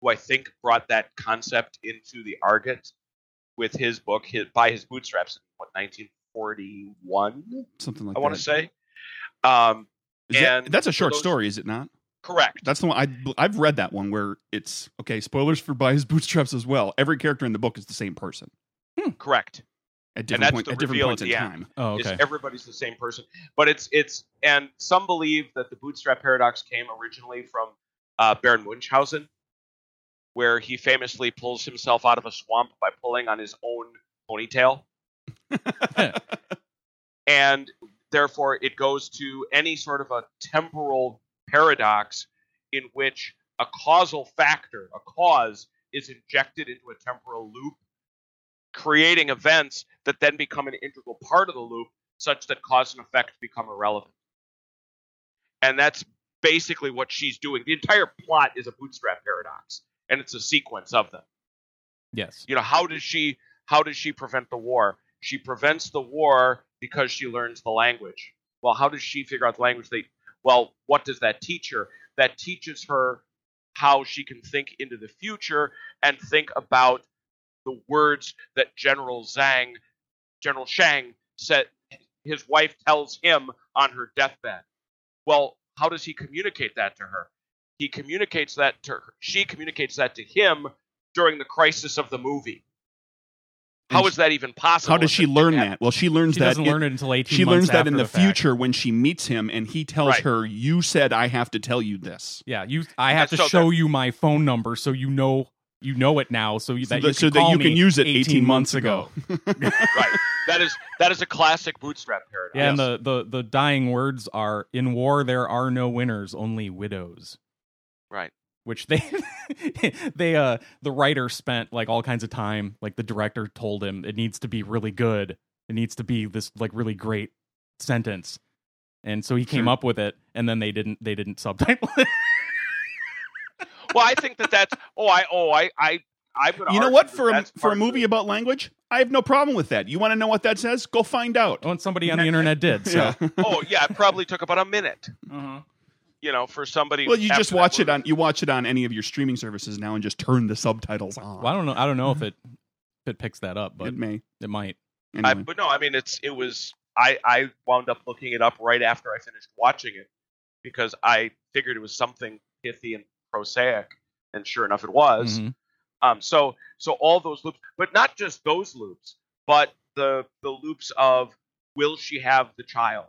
S2: who I think brought that concept into the Argot with his book his, by his bootstraps in what 1941
S1: something like that.
S2: I want to say. Um,
S1: Is that-
S2: and
S1: that's a
S2: for
S1: short
S2: those-
S1: story, is it not?
S2: correct.
S1: That's the one I I've read that one where it's okay. Spoilers for by his bootstraps as well. Every character in the book is the same person
S2: Correct.
S1: at
S2: that's
S1: different point,
S2: the
S1: at different
S2: reveal
S1: points
S2: at
S1: in
S2: the end.
S1: time.
S3: Oh,
S2: It's
S3: okay.
S2: everybody's the same person. But it's it's and some believe that the bootstrap paradox came originally from uh, Baron Munchausen, where he famously pulls himself out of a swamp by pulling on his own ponytail, and therefore it goes to any sort of a temporal paradox in which a causal factor, a cause, is injected into a temporal loop, creating events that then become an integral part of the loop such that cause and effect become irrelevant. And that's basically what she's doing. The entire plot is a bootstrap paradox, and it's a sequence of them.
S3: Yes.
S2: You know, how does she how does she prevent the war? She prevents the war because she learns the language. Well, how does she figure out the language? They well, what does that teach her? That teaches her how she can think into the future and think about the words that General Zhang, General Shang said his wife tells him on her deathbed. Well, how does he communicate that to her? He communicates that to her. She communicates that to him during the crisis of the movie. How
S1: And
S2: is that even possible?
S1: How does
S2: if
S1: she
S2: it didn't
S1: learn
S2: happen?
S1: that? Well, she learns
S3: She
S1: that
S3: doesn't
S1: in-
S3: learn it until 18
S1: she learns
S3: months
S1: that
S3: after
S1: in the,
S3: the fact.
S1: future when she meets him and he tells
S2: Right.
S1: her, "You said I have to tell you this."
S3: Yeah, you. I have
S2: And
S3: to
S2: so
S3: show you my phone number so you know you know it now, so, you,
S1: So
S3: that,
S1: that,
S3: you
S1: so
S3: can,
S1: that
S3: call
S1: you
S3: me
S1: can use it
S3: 18, months ago.
S2: Right. That is that is a classic bootstrap paradox.
S3: Yeah, and the, the the dying words are in war there are no winners, only widows.
S2: Right.
S3: Which they they uh the writer spent like all kinds of time. Like the director told him it needs to be really good. It needs to be this like really great sentence. And so he came
S1: Sure.
S3: up with it, and then they didn't they didn't subtitle it.
S2: Well, I think that that's oh I oh I I I'm gonna
S1: you know
S2: argue
S1: what?
S2: that
S1: For a,
S2: that's
S1: for
S2: part
S1: a
S2: of the-
S1: movie about language, I have no problem with that. You want to know what that says? Go find out.
S3: Oh, and somebody on the internet did. So
S1: Yeah.
S2: oh yeah, it probably took about a minute. You know, for somebody.
S1: Well, you
S2: after
S1: just
S2: that
S1: watch it
S2: movie.
S1: on you watch it on any of your streaming services now and just turn the subtitles on.
S3: Well, I don't know. I don't know if it if it picks that up, but
S1: it
S3: it,
S1: may.
S3: might.
S1: Anyway.
S2: I, but no, I mean it's it was I I wound up looking it up right after I finished watching it because I figured it was something pithy and prosaic, and sure enough, it was.
S3: Mhm.
S2: Um, so so all those loops, but not just those loops, but the the loops of will she have the child?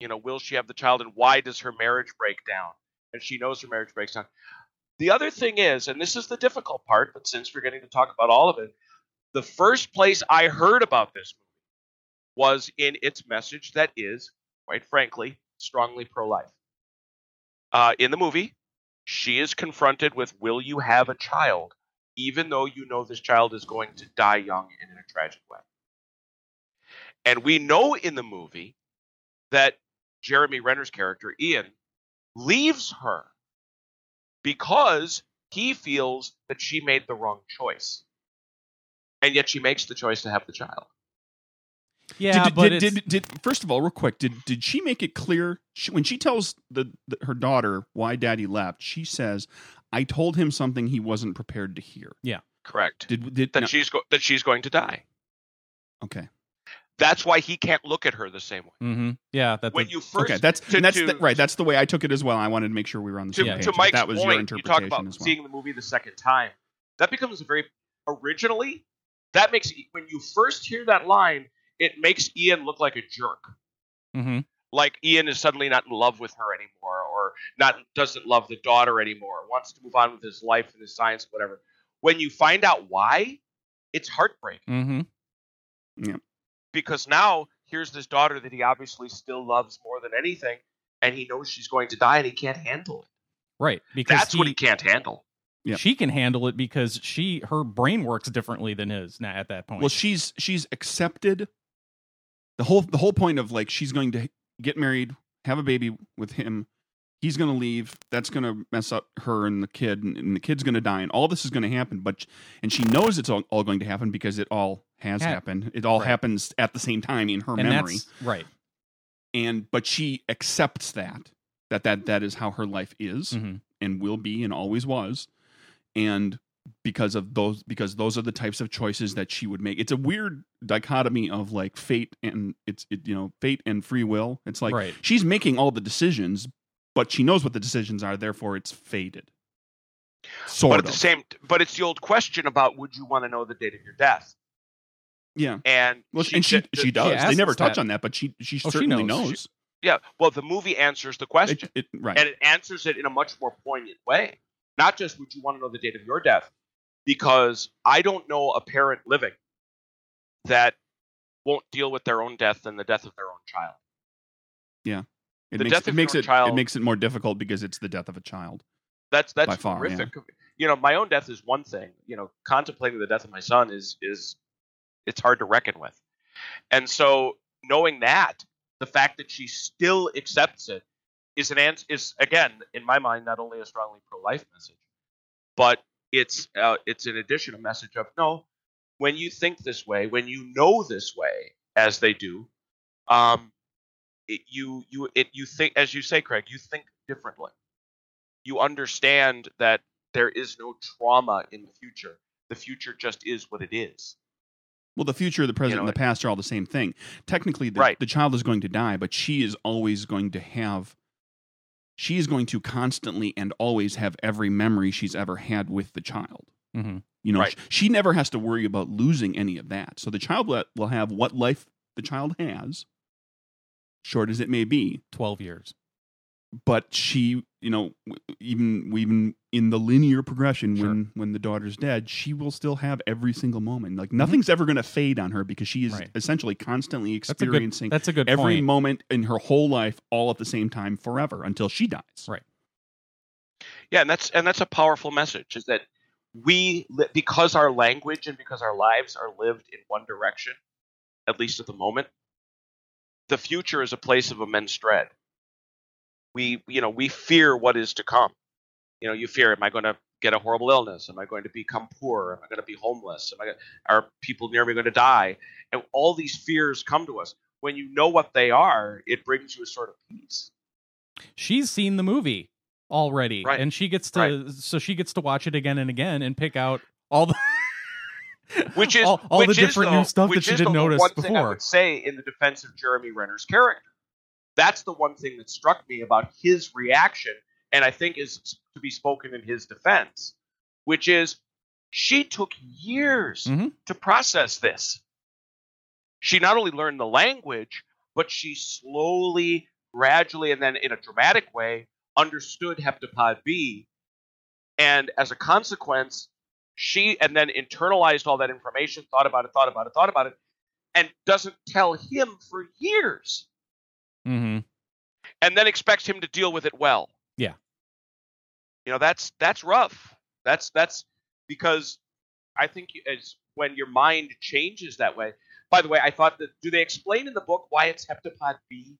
S2: You know, will she have the child, and why does her marriage break down? And she knows her marriage breaks down. The other thing is, and this is the difficult part, but since we're getting to talk about all of it, the first place I heard about this movie was in its message that is, quite frankly, strongly pro life. Uh, in the movie, she is confronted with will you have a child even though you know this child is going to die young and in a tragic way and we know in the movie that jeremy renner's character ian leaves her because he feels that she made the wrong choice and yet she makes the choice to have the child
S3: Yeah,
S1: did,
S3: but
S1: did,
S3: it's-
S1: did, did, first of all, real quick, did did she make it clear she, when she tells the, the her daughter why daddy left? She says, "I told him something he wasn't prepared to hear."
S2: correct
S1: Did did
S2: that
S1: no,
S2: she's go- that she's going to die
S1: okay?
S2: that's why he can't look at her the same way
S3: Mhm. yeah, that
S2: when
S3: the-
S2: you first
S1: okay, that's
S2: to-
S1: and that's
S2: to-
S1: the, right. That's the way I took it as well. I wanted to make sure we were on the
S2: to,
S1: same page.
S2: to
S1: but
S2: Mike's
S1: that was
S2: point,
S1: your interpretation
S2: you talk about
S1: as well.
S2: seeing the movie the second time. That becomes a very originally. That makes when you first hear that line, it makes Ian look like a jerk.
S3: Mhm.
S2: Like Ian is suddenly not in love with her anymore, or not doesn't love the daughter anymore. Wants to move on with his life and his science, whatever. When you find out why, it's heartbreaking
S3: Mhm.
S2: because now here's this daughter that he obviously still loves more than anything, and he knows she's going to die and he can't handle it.
S3: Right. Because
S2: That's
S3: he,
S2: what he can't handle.
S1: Yeah.
S3: she can handle it because she her brain works differently than his now at that point.
S1: Well, she's she's accepted the whole the whole point of like she's going to get married, have a baby with him. He's going to leave. That's going to mess up her and the kid, and, and the kid's going to die, and all this is going to happen. But and she knows it's all, all going to happen because it all has
S3: Hap-
S1: happened. It all
S3: Right.
S1: happens at the same time in her
S3: and
S1: memory.
S3: that's right.
S1: And but she accepts that that that that is how her life is
S3: Mhm.
S1: and will be and always was and because of those because those are the types of choices that she would make it's a weird dichotomy of like fate and it's it, you know fate and free will it's like
S3: right.
S1: she's making all the decisions but she knows what the decisions are therefore it's fated
S2: But
S1: sort
S2: at
S1: of
S2: the same, but it's the old question about would you want to know the date of your death?
S1: yeah
S2: And
S1: well, and she
S2: said-
S1: she does they
S3: asks
S1: never
S3: us
S1: touch
S3: that.
S1: on that but she she
S3: Oh, she
S1: certainly
S3: knows.
S1: knows,
S2: yeah. Well, the movie answers the question.
S1: It- it- right
S2: and it answers it in a much more poignant way. Not just would you want to know the date of your death, because I don't know a parent living that won't deal with their own death than the death of their own child.
S1: it
S2: the
S1: makes,
S2: death
S1: it,
S2: of
S1: makes
S2: your
S1: it
S2: child-
S1: it makes it more difficult because it's the death of a child
S2: That's
S1: By
S2: that's
S1: far,
S2: horrific. You know, my own death is one thing. You know, contemplating the death of my son is is it's hard to reckon with. And so knowing that, the fact that she still accepts it is an ans- is again in my mind not only a strongly pro-life message, but it's uh, it's an additional message of no. When you think this way, when you know this way, as they do, um, it, you you it you think as you say, Craig, you think differently. You understand that there is no trauma in the future. The future just is what it is.
S1: Well, the future, the present,
S2: know,
S1: and the past are all the same thing. Technically, the,
S2: Right.
S1: the child is going to die, but she is always going to have. She is going to constantly and always have every memory she's ever had with the child.
S3: Mhm.
S1: You know,
S2: Right.
S1: sh- she, never has to worry about losing any of that. So the child will, will have what life the child has, short as it may be.
S3: 12 years.
S1: But she, you know, w- even even in the linear progression, when when the daughter's dead, she will still have every single moment. Like nothing's ever going to fade on her because she is
S3: Mm-hmm. Right.
S1: essentially constantly
S3: That's a good
S1: experiencing
S3: That's a good
S1: every
S3: point.
S1: moment in her whole life all at the same time forever until she dies.
S3: Right.
S2: Yeah, and that's and that's a powerful message is that we li- because our language and because our lives are lived in one direction, at least at the moment, the future is a place of immense dread. We you know, we fear what is to come. You know, you fear am I going to get a horrible illness? Am I going to become poor? Am I going to be homeless? Am I gonna, are people near me going to die? And all these fears come to us. When you know what they are, it brings you a sort of peace.
S3: She's seen the movie already
S2: Right.
S3: and she gets to so she gets to watch it again and again and pick out all the
S2: which is
S3: all, all the
S2: which is,
S3: different
S2: though-
S3: new stuff that
S2: which
S3: she
S2: is,
S3: didn't
S2: though, the
S3: notice
S2: one Thing I
S3: before.
S2: would say in the defense of Jeremy Renner's character, that's the one thing that struck me about his reaction, and I think is to be spoken in his defense, which is she took years
S3: Mhm.
S2: to process this. She not only learned the language, but she slowly, gradually, and then in a dramatic way understood Heptapod B, and as a consequence, she and then internalized all that information, thought about it, thought about it, thought about it, and doesn't tell him for years,
S3: Mm-hmm.
S2: and then expects him to deal with it well.
S3: Yeah.
S2: You know that's that's rough. That's that's because I think it's when your mind changes that way. By the way, I thought that do they explain in the book why it's heptapod B?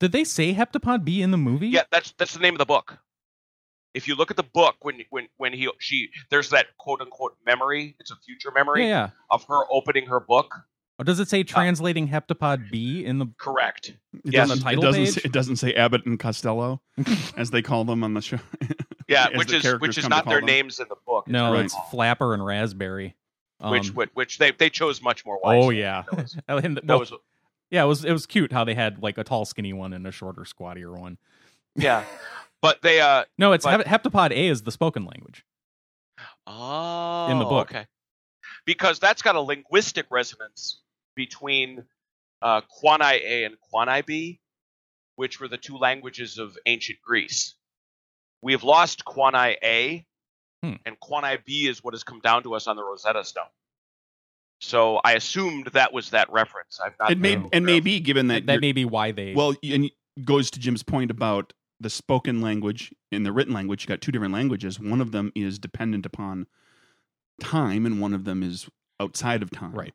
S3: Did they say heptapod B in the movie?
S2: Yeah, that's that's the name of the book. If you look at the book, when when when he she there's that quote unquote memory. It's a future memory
S3: Yeah, yeah.
S2: of her opening her book.
S3: Oh, does it
S2: Uh,
S3: say translating heptapod B in the
S2: Correct.
S1: It
S2: Yes.
S1: doesn't,
S2: On
S3: the title
S1: it doesn't
S3: page?
S1: say, it doesn't say Abbott and Costello as they call them on the show.
S2: Yeah,
S1: As
S2: which
S1: the
S2: is
S1: characters
S2: which is
S1: come to
S2: not
S1: call
S2: their
S1: them.
S2: names in the book. It's
S3: No,
S2: what
S3: it's
S2: they're called.
S3: Flapper and Raspberry.
S2: which
S3: Um,
S2: which which they they chose much more wisely.
S3: Oh yeah.
S2: That was,
S3: And the-
S2: that
S3: well,
S2: was
S3: yeah, it was it was cute how they had like a tall skinny one and a shorter squattier one.
S2: yeah. But they uh
S3: No, it's
S2: But-
S3: hep- heptapod A is the spoken language.
S2: oh
S3: In the book.
S2: okay. Because that's got a linguistic resonance between uh Quanai A and Quanai B, which were the two languages of ancient Greece. We have lost Quanai A,
S3: Hmm.
S2: and Quanai B is what has come down to us on the Rosetta Stone. So I assumed that was that reference. I've not
S1: It may
S2: been aware
S1: and
S2: of
S1: maybe given that,
S3: Oh, That,
S1: you're-
S3: may be why they
S1: well and it goes to Jim's point about the spoken language and the written language. You got two different languages. One of them is dependent upon time, and one of them is outside of time.
S3: Right.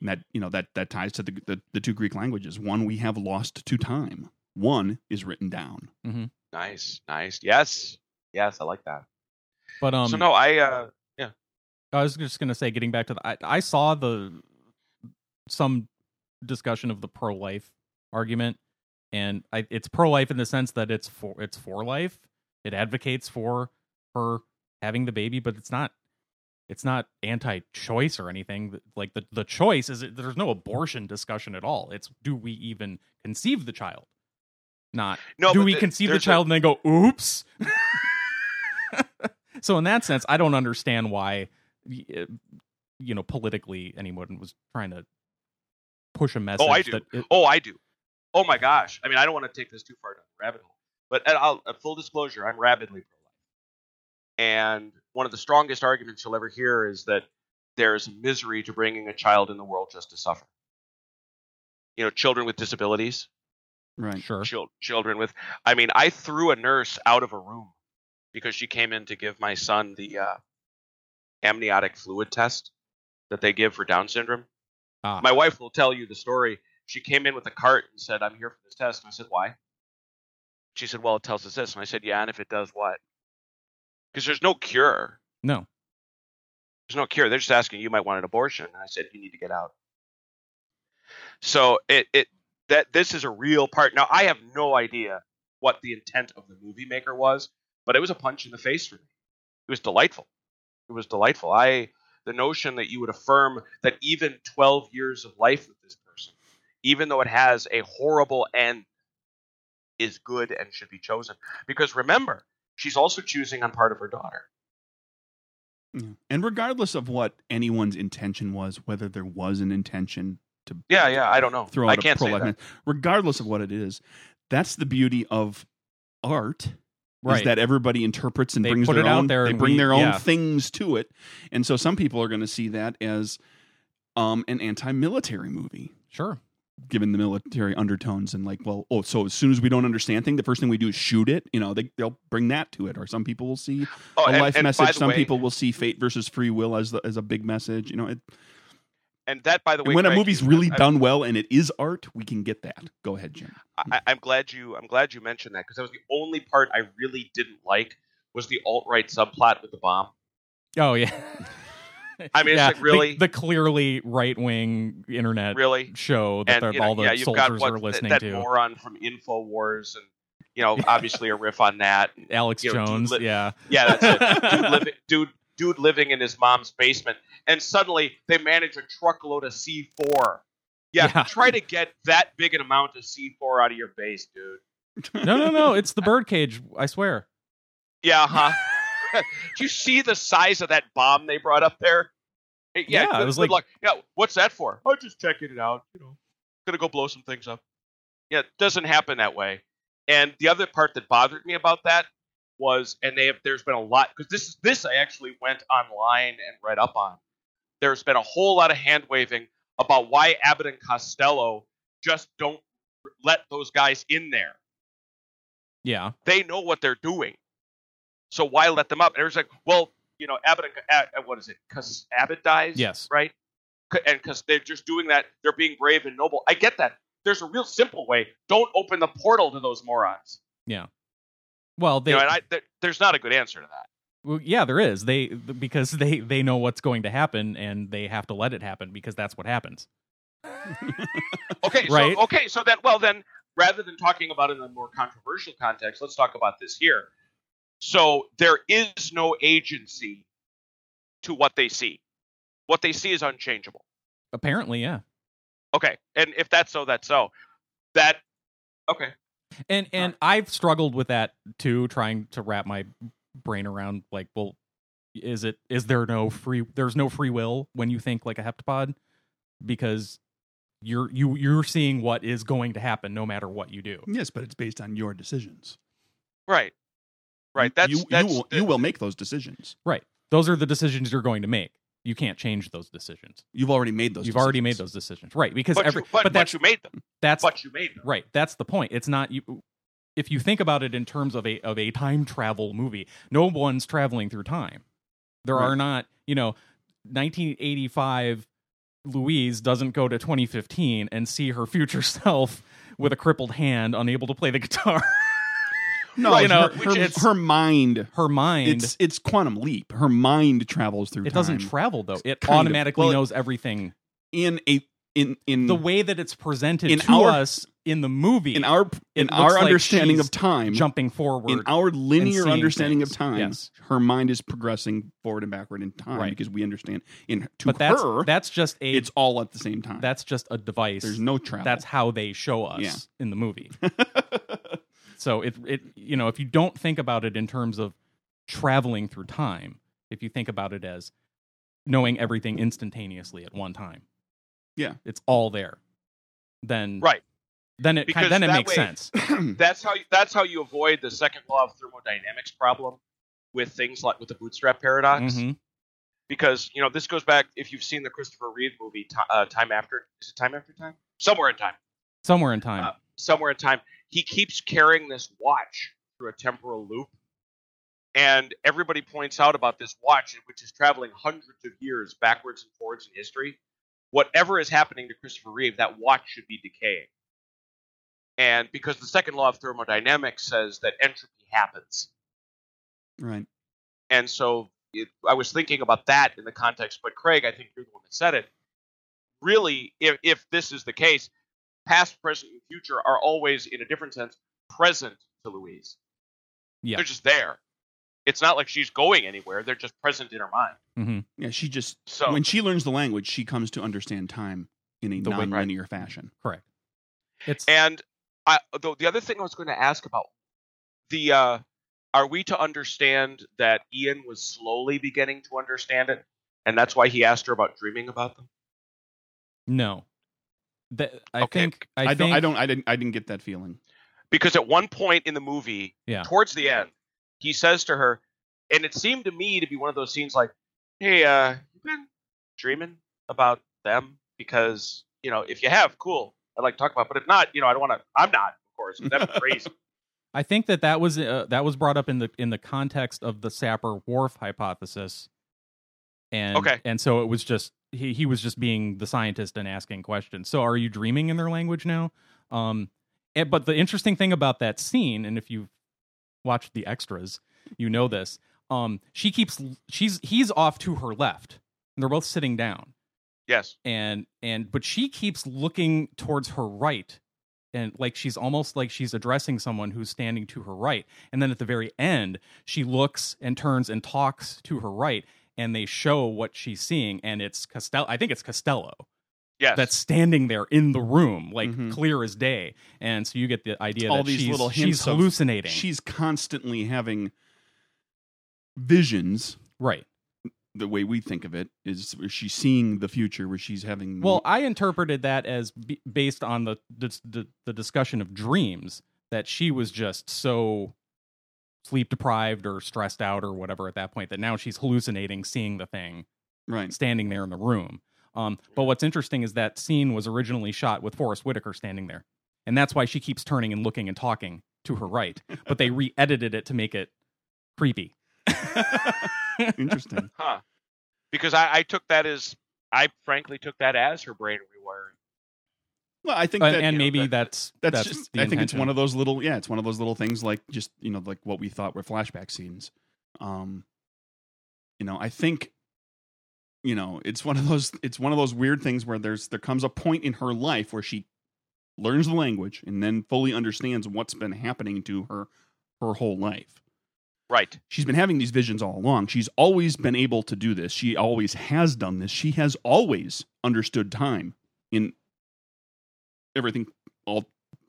S1: And that you know that that ties to the the, the two Greek languages. One we have lost to time. One is written down.
S2: Nice, nice. Yes, yes, I like that.
S3: But um,
S2: so no, I uh,
S3: I was just gonna say, getting back to the, I, I saw the some discussion of the pro life argument, and I, it's pro life in the sense that it's for it's for life. It advocates for her having the baby, but it's not it's not anti choice or anything. Like the the choice is there's no abortion discussion at all. It's do we even conceive the child? Not
S2: no.
S3: do
S2: but
S3: we
S2: the-
S3: conceive the
S2: there's a-
S3: child and then go oops so in that sense i don't understand why y- uh, you know politically anyone was trying to push a message
S2: Oh, I do.
S3: that it-
S2: oh, I do. Oh my gosh. I mean, I don't want to take this too far down the rabbit hole, but and I'll, uh, full disclosure, I'm rabidly pro life, and one of the strongest arguments you'll ever hear is that there's misery to bringing a child in the world just to suffer. You know, children with disabilities,
S1: Right.
S3: sure
S2: chil- children with. I mean, I threw a nurse out of a room because she came in to give my son the uh, amniotic fluid test that they give for Down syndrome.
S3: Ah.
S2: My wife will tell you the story. She came in with a cart and said, "I'm here for this test." And I said, "Why?" She said, "Well, it tells us this." And I said, "Yeah, and if it does what?" Because there's no cure.
S3: no
S2: There's no cure. They're just asking you might want an abortion. And I said, you need to get out. So it it that this is a real part. Now I have no idea what the intent of the movie maker was, but it was a punch in the face for me. It was delightful. It was delightful. I the notion that you would affirm that even 12 years of life with this person, even though it has a horrible end, is good and should be chosen. Because remember, she's also choosing on part of her daughter.
S1: Yeah. And regardless of what anyone's intention was, whether there was an intention to
S2: Yeah, yeah. I don't know.
S1: throw
S2: I
S1: out
S2: can't
S1: a
S2: say
S1: pro-life
S2: that.
S1: man- regardless of what it is, that's the beauty of art.
S3: right
S1: Is that everybody interprets and
S3: They
S1: brings
S3: put
S1: their
S3: it out
S1: own,
S3: there
S1: they
S3: and
S1: bring
S3: we-
S1: their own
S3: yeah.
S1: things to it, and so some people are going to see that as um, an anti-military movie,
S3: sure
S1: given the military undertones and like, well, oh, so as soon as we don't understand thing, the first thing we do is shoot it. You know, they, they'll bring that to it, or some people will see
S2: Oh,
S1: a
S2: and,
S1: life
S2: and by
S1: message.
S2: the
S1: Some
S2: way-
S1: people will see fate versus free will as the, as a big message. You know, it,
S2: and that by the way,
S1: and when a
S2: Craig,
S1: movie's
S2: you-
S1: really
S2: I-
S1: done well and it is art, we can get that. Go ahead, Jim.
S2: I, I'm glad you. I'm glad you mentioned that because that was the only part I really didn't like was the alt right subplot with the bomb.
S3: oh yeah
S2: I mean, it's
S3: Yeah,
S2: like, really?
S3: the, the clearly right wing internet
S2: Really,
S3: show that
S2: and
S3: they're-
S2: you know,
S3: all the
S2: yeah, you've got
S3: soldiers
S2: what,
S3: are listening
S2: that, that
S3: to.
S2: moron from Infowars, and you know, obviously a riff on that.
S3: Alex
S2: you know, dude
S3: Jones,
S2: lit-
S3: yeah,
S2: Yeah, that's it. dude, living, dude, dude living in his mom's basement, and suddenly they manage a truckload of C4. Yeah,
S3: Yeah.
S2: try to get that big an amount of C4 out of your base, dude.
S3: no, no, no, it's the birdcage. I swear.
S2: Yeah,
S3: uh-huh.
S2: huh? Do you see the size of that bomb they brought up there? Hey,
S3: Yeah,
S2: good,
S3: it was
S2: good
S3: like-
S2: luck. Yeah, what's that for? I'm just checking it out. You know, gonna go blow some things up. Yeah, it doesn't happen that way. And the other part that bothered me about that was, and they have, there's been a lot because this is this I actually went online and read up on. There's been a whole lot of hand waving about why Abbott and Costello just don't let those guys in there
S3: Yeah,
S2: they know what they're doing. So why let them up? And it was like, well, you know, Abbott, and, uh, what is it? Because Abbott dies,
S3: yes,
S2: right? C- And because they're just doing that, they're being brave and noble. I get that. There's a real simple way. Don't open the portal to those morons.
S3: Well, they,
S2: you know, and I, th- there's not a good answer to that.
S3: Well, yeah, there is. They because they they know what's going to happen and they have to let it happen because that's what happens.
S2: Okay,
S3: Right.
S2: so okay, so then well then rather than talking about it in a more controversial context, let's talk about this here. So there is no agency to what they see. What they see is unchangeable.
S3: Apparently, yeah.
S2: Okay, and if that's so, that's so. That okay.
S3: And and I've struggled with that too trying to wrap my brain around like, well, is it is there no free there's no free will when you think like a heptapod because you're you you're seeing what is going to happen no matter what you do.
S1: Yes, but it's based on your decisions.
S2: Right. Right. That's
S1: you,
S2: that's
S1: you, will,
S2: the-
S1: you will make those decisions.
S3: Those are the decisions you're going to make. You can't change those decisions.
S1: You've already made those.
S3: You've already made
S1: decisions.
S3: those decisions. Right, because
S2: but,
S3: every
S2: you, but, but
S3: that's
S2: you made them.
S3: that's
S2: But you made them.
S3: Right. That's the point. It's not you. if you think about it in terms of a of a time travel movie, no one's traveling through time. There
S1: Right.
S3: are not, you know, 1985 Louise doesn't go to 2015 and see her future self with a crippled hand, unable to play the guitar.
S1: No,
S3: Right,
S1: you
S3: you
S1: know,
S3: know,
S1: her,
S3: which
S1: her-
S3: it's-
S1: her mind.
S3: Her mind
S1: It's it's quantum leap. Her mind travels through.
S3: it doesn't
S1: time.
S3: travel though. It
S1: Kind of.
S3: automatically
S1: Well, it-
S3: knows everything.
S1: in a in in
S3: The way that it's presented
S1: In
S3: to
S1: our-
S3: us in the movie,
S1: in our in
S3: it
S1: our
S3: looks like
S1: understanding
S3: she's
S1: of time.
S3: jumping forward,
S1: in our linear
S3: seeing
S1: understanding
S3: things.
S1: of time,
S3: Yes.
S1: her mind is progressing forward and backward in time
S3: Right.
S1: because we understand in to
S3: but that's
S1: her
S3: that's just a
S1: it's all at the same time.
S3: that's just a device.
S1: There's no travel.
S3: that's how they show us
S1: Yeah.
S3: in the movie. so it it you know if you don't think about it in terms of traveling through time, if you think about it as knowing everything instantaneously at one time,
S1: Yeah.
S3: it's all there. Then
S2: Right.
S3: then it kind
S2: Because
S3: then it
S2: that
S3: makes
S2: way-
S3: sense.
S2: That's how you, that's how you avoid the second law of thermodynamics problem with things like with the bootstrap paradox.
S1: Mm-hmm.
S3: Mhm.
S2: because you know this goes back if you've seen the Christopher Reeve movie Ti- uh, Time After is it Time After Time somewhere in time
S3: Somewhere in time,
S2: Uh, somewhere in time he keeps carrying this watch through a temporal loop and everybody points out about this watch which is traveling hundreds of years backwards and forwards in history whatever is happening to Christopher Reeve that watch should be decaying and because the second law of thermodynamics says that entropy happens
S1: right.
S2: and so it, I was thinking about that in the context, but Craig, I think you're the one that said it. Really, if, if this is the case, past, present, and future are always, in a different sense, present to Louise.
S3: Yeah.
S2: They're just there. It's not like she's going anywhere. They're just present in her mind.
S1: Yeah, she just
S2: So,
S1: when she learns the language, she comes to understand time in a
S3: The way-
S1: non-linear fashion.
S3: correct? It's
S2: and I, the, the other thing I was going to ask about the uh, are we to understand that Ian was slowly beginning to understand it, and that's why he asked her about dreaming about them?
S3: no. That I
S2: Okay.
S3: think I,
S1: I,
S3: think
S1: don't. I don't. I didn't. I didn't get that feeling.
S2: because at one point in the movie,
S3: Yeah.
S2: towards the end, he says to her, and it seemed to me to be one of those scenes like, "Hey, uh, you been dreaming about them? Because you know, if you have, cool, I'd like to talk about. it. But if not, you know, I don't want to. I'm not, of course. 'cause That'd be crazy.
S3: I think that that was uh, that was brought up in the in the context of the Sapper Whorf hypothesis, and
S2: Okay.
S3: and so it was just he he was just being the scientist and asking questions. So are you dreaming in their language now? Um, and, but the interesting thing about that scene, and if you watched the extras, you know this. Um, she keeps she's he's off to her left, and they're both sitting down
S2: yes,
S3: and and but she keeps looking towards her right and like she's almost like she's addressing someone who's standing to her right and then at the very end she looks and turns and talks to her right and they show what she's seeing and it's costello i think it's costello
S2: yes.
S3: that's standing there in the room like
S1: Mhm.
S3: clear as day and so you get the idea
S1: All
S3: that
S1: these
S3: she's,
S1: little
S3: she's
S1: hints of-
S3: hallucinating
S1: She's constantly having visions.
S3: right
S1: The way we think of it is, where she's seeing the future, where she's having
S3: Well, I interpreted that as b- based on the, dis- the the discussion of dreams that she was just so sleep deprived or stressed out or whatever at that point that now she's hallucinating seeing the thing
S1: right.
S3: standing there in the room. Um, but what's interesting is that scene was originally shot with Forrest Whitaker standing there, and that's why she keeps turning and looking and talking to her right. But they re-edited it to make it creepy.
S1: Interesting.
S2: huh? Because I, I took that as I frankly took that as her brain rewiring.
S1: Well, I think
S3: and,
S1: Uh, that
S3: and maybe
S2: that-
S3: that's
S1: that's, just.
S3: the
S1: I think it's
S3: intention.
S1: one of those little. Yeah, it's one of those little things like just you know like what we thought were flashback scenes. Um, you know, I think, you know, it's one of those. It's one of those weird things where there's there comes a point in her life where she learns the language and then fully understands what's been happening to her her whole life.
S2: Right.
S1: She's been having these visions all along. She's always been able to do this. She always has done this. She has always understood time in everything all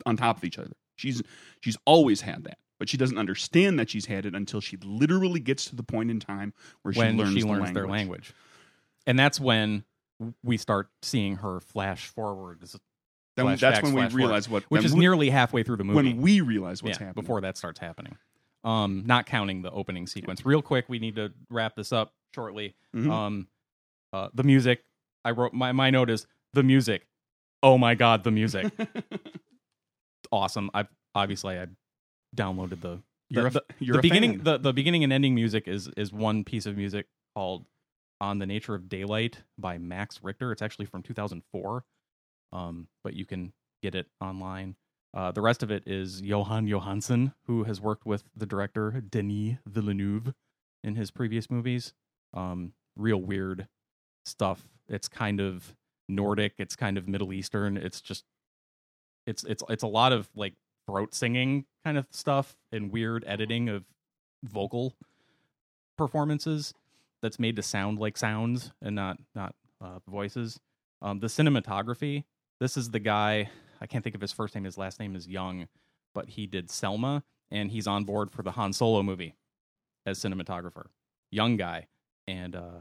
S1: on top of each other. She's she's always had that, but she doesn't understand that she's had it until she literally gets to the point in time where
S3: when
S1: she learns, the
S3: their language. And that's when we start seeing her flash forward, is-
S1: Then that's
S3: Flashbacks,
S1: when we
S3: flash
S1: realize what
S3: which
S1: then
S3: is
S1: we-
S3: nearly halfway through the movie.
S1: when we realize what's
S3: Yeah,
S1: happening
S3: Before that starts happening. Um, not counting the opening sequence. Real quick, we need to wrap this up shortly.
S1: Mhm.
S3: Um, uh, the music. I wrote my, my note is the music. Oh my God, the music. awesome. I obviously I downloaded the
S1: You're a
S3: the,
S1: f- you're
S3: the
S1: a
S3: beginning
S1: fan.
S3: the the beginning and ending music is is one piece of music called "On the Nature of Daylight" by Max Richter. It's actually from 2004, um, but you can get it online. Uh, the rest of it is Johan Johansson, who has worked with the director Denis Villeneuve in his previous movies. Um, real weird stuff. It's kind of Nordic. It's kind of Middle Eastern. It's just it's it's it's a lot of like throat singing kind of stuff and weird editing of vocal performances that's made to sound like sounds and not not uh, voices. Um, the cinematography. This is the guy. I can't think of his first name. His last name is Young, but he did Selma, and he's on board for the Han Solo movie as cinematographer. Young guy, and uh,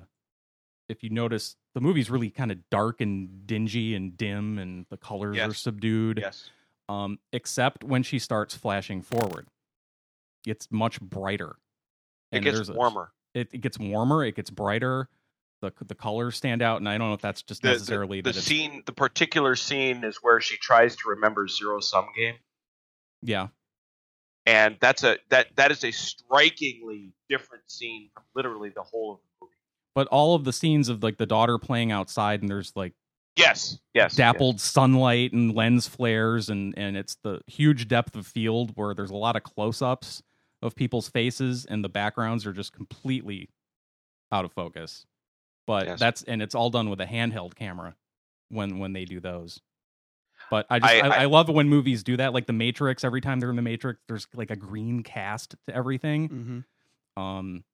S3: if you notice, the movie's really kind of dark and dingy and dim, and the colors
S2: Yes.
S3: are subdued
S2: Yes.
S3: um, except when she starts flashing forward. It's much brighter.
S2: It
S3: And
S2: gets
S3: there's a-
S2: warmer.
S3: it, it gets warmer. It gets brighter. The the colors stand out, and I don't know if that's just
S2: The,
S3: necessarily
S2: the, the
S3: that it's-
S2: scene, the particular scene, is where she tries to remember zero sum game,
S3: yeah,
S2: and that's a that that is a strikingly different scene from literally the whole of the movie.
S3: but all of the scenes of like the daughter playing outside, and there's like
S2: Yes. Yes.
S3: dappled sunlight and lens flares, and and it's the huge depth of field where there's a lot of close ups of people's faces, and the backgrounds are just completely out of focus. But
S2: Yes.
S3: that's and it's all done with a handheld camera when when they do those. But I just I,
S2: I-
S3: I,
S2: I-
S3: love it when movies do that, like The Matrix. Every time they're in The Matrix, there's like a green cast to everything.
S1: Mhm.
S2: Mm.
S3: Um,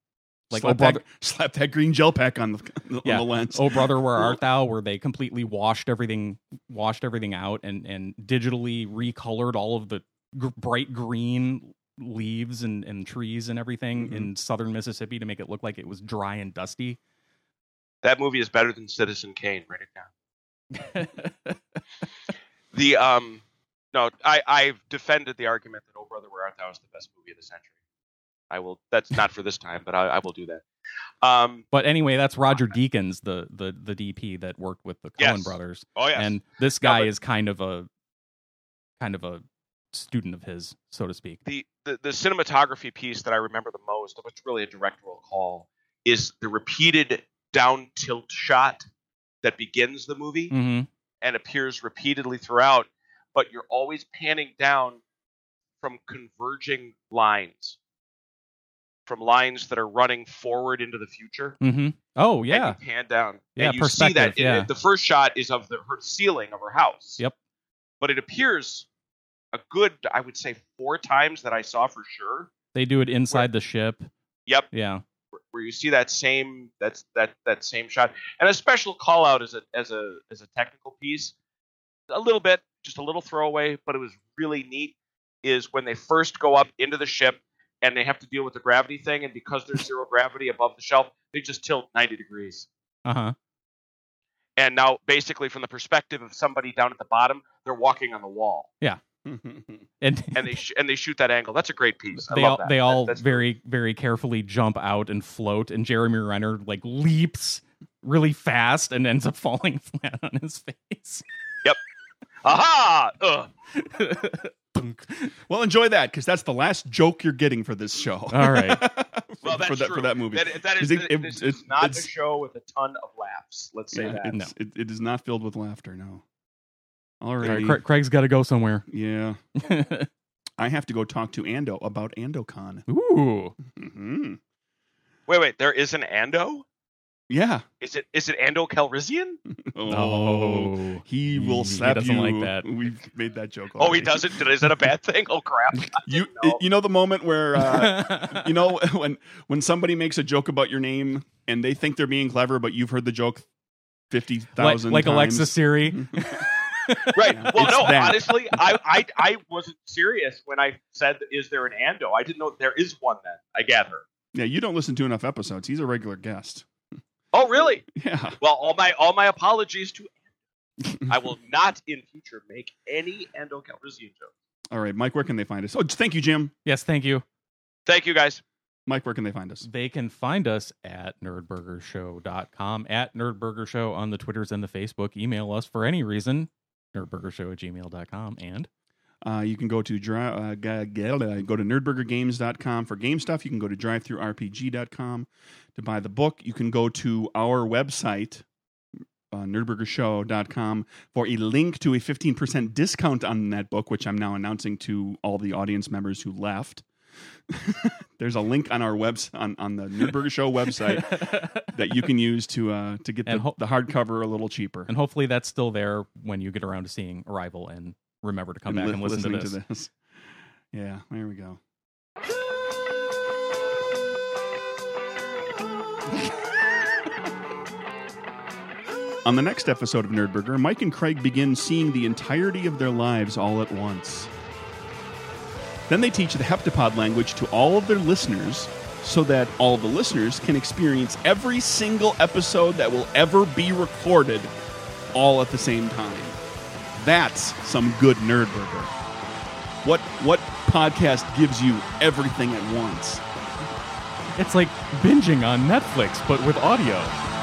S3: like
S1: slap,
S3: oh brother,
S1: that, slap that green gel pack on the, on
S3: Yeah.
S1: the lens.
S3: oh brother where art thou where they completely washed everything washed everything out and and digitally recolored all of the gr bright green leaves and and trees and everything
S2: Mm-hmm.
S3: in southern mississippi to make it look like it was dry and dusty
S2: That movie is better than Citizen Kane. Write it down. The um, no, I I've defended the argument that Oh Brother Where Art Thou is the best movie of the century. I will. That's not for this time, but I, I will do that. Um.
S3: but anyway that's roger deakins the the the dp that worked with the cohen
S2: Yes.
S3: brothers
S2: Oh yes.
S3: and this guy
S2: but-
S3: is kind of a kind of a student of his so to speak
S2: the, the the cinematography piece that I remember the most, which really a directorial call, is the repeated down tilt shot that begins the movie
S3: hmm
S2: and appears repeatedly throughout, but you're always panning down from converging lines, from lines that are running forward into the future.
S3: hmm oh yeah
S2: and you pan down.
S3: Yeah,
S2: and you see
S3: perspective,
S2: that in-
S3: yeah.
S2: the first shot is of the her ceiling of her house.
S3: Yep.
S2: But it appears a good, I would say, four times that I saw for sure.
S3: they do it inside the ship
S2: Yep,
S3: yeah
S2: where- where you see that same that's that that same shot, and a special call out as a as a as a technical piece, a little bit, just a little throwaway, but it was really neat. Is when they first go up into the ship and they have to deal with the gravity thing, and because there's zero gravity above the shelf, they just tilt 90 degrees.
S3: uh-huh
S2: and now basically from the perspective of somebody down at the bottom they're walking on the wall
S3: and
S2: and they sh- and they shoot that angle that's a great piece I
S3: they
S2: love
S3: all
S2: that.
S3: they
S2: That-
S3: all
S2: that's
S3: very very carefully jump out and float and jeremy renner like leaps really fast and ends up falling flat on his face
S2: aha Ugh.
S3: Thunk.
S1: well, enjoy that because that's the last joke you're getting for this show.
S3: all right
S2: well that's
S1: for that
S2: true.
S1: for that movie.
S2: That- that
S1: Is
S2: is,
S1: it-
S2: that-
S1: it-
S2: this
S1: it-
S2: is not a
S1: it's-
S2: show with a ton of laughs let's say
S1: Yeah,
S2: that
S1: it's- it, it is not filled with laughter. No. All
S3: all right
S1: right.
S3: Cra- craig's got to go somewhere
S1: yeah, I have to go talk to Ando about AndoCon.
S3: ooh
S1: hmm
S2: Mm-hmm. wait wait there is an ando
S1: Yeah.
S2: is it is it ando calrissian
S3: oh
S1: He will
S3: He
S1: slap
S3: doesn't
S1: you.
S3: like that.
S1: We've made that joke.
S2: oh he
S1: already.
S2: doesn't is that a bad thing oh crap
S1: You
S2: know.
S1: you know the moment where uh, you know when when somebody makes a joke about your name and they think they're being clever, but you've heard the joke fifty
S3: like,
S1: thousand
S3: like
S1: times.
S3: alexa siri
S2: right
S1: Yeah,
S2: well
S1: it's
S2: no
S1: that.
S2: honestly I, I i wasn't serious when i said is there an ando i didn't know there is one then i gather
S1: Yeah, you don't listen to enough episodes. He's a regular guest.
S2: oh really
S1: Yeah.
S2: Well, all my all my apologies to. I will not in future make any Ando Calrissian joke.
S1: All right, Mike. Where can they find us? Oh, thank you, Jim.
S3: yes thank you
S2: Thank you guys.
S1: Mike, where can they find us?
S3: They can find us at nerdburgershow.com, at nerdburgershow on the Twitters and the Facebook. Email us for any reason, nerdburgershow at gmail.com. And
S1: Uh, you can go to dri- uh, ga- ga- ga- go to nerdburgergames.com for game stuff. You can go to drivethroughrpg.com to buy the book. You can go to our website, uh, nerdburgershow.com, for a link to a 15% discount on that book, which I'm now announcing to all the audience members who left. There's a link on our webs on, on the Nerdburger Show website that you can use to uh, to get the,
S3: And ho-
S1: the hardcover a little cheaper.
S3: and hopefully that's still there when you get around to seeing Arrival and remember to come back
S1: li-
S3: and listen to
S1: listening
S3: this.
S1: this. Yeah, there we go. On the next episode of Nerdburger, Mike and Craig begin seeing the entirety of their lives all at once. Then they teach the heptapod language to all of their listeners so that all the listeners can experience every single episode that will ever be recorded all at the same time. That's some good nerd burger. What what podcast gives you everything at once?
S3: It's like binging on Netflix, but with audio.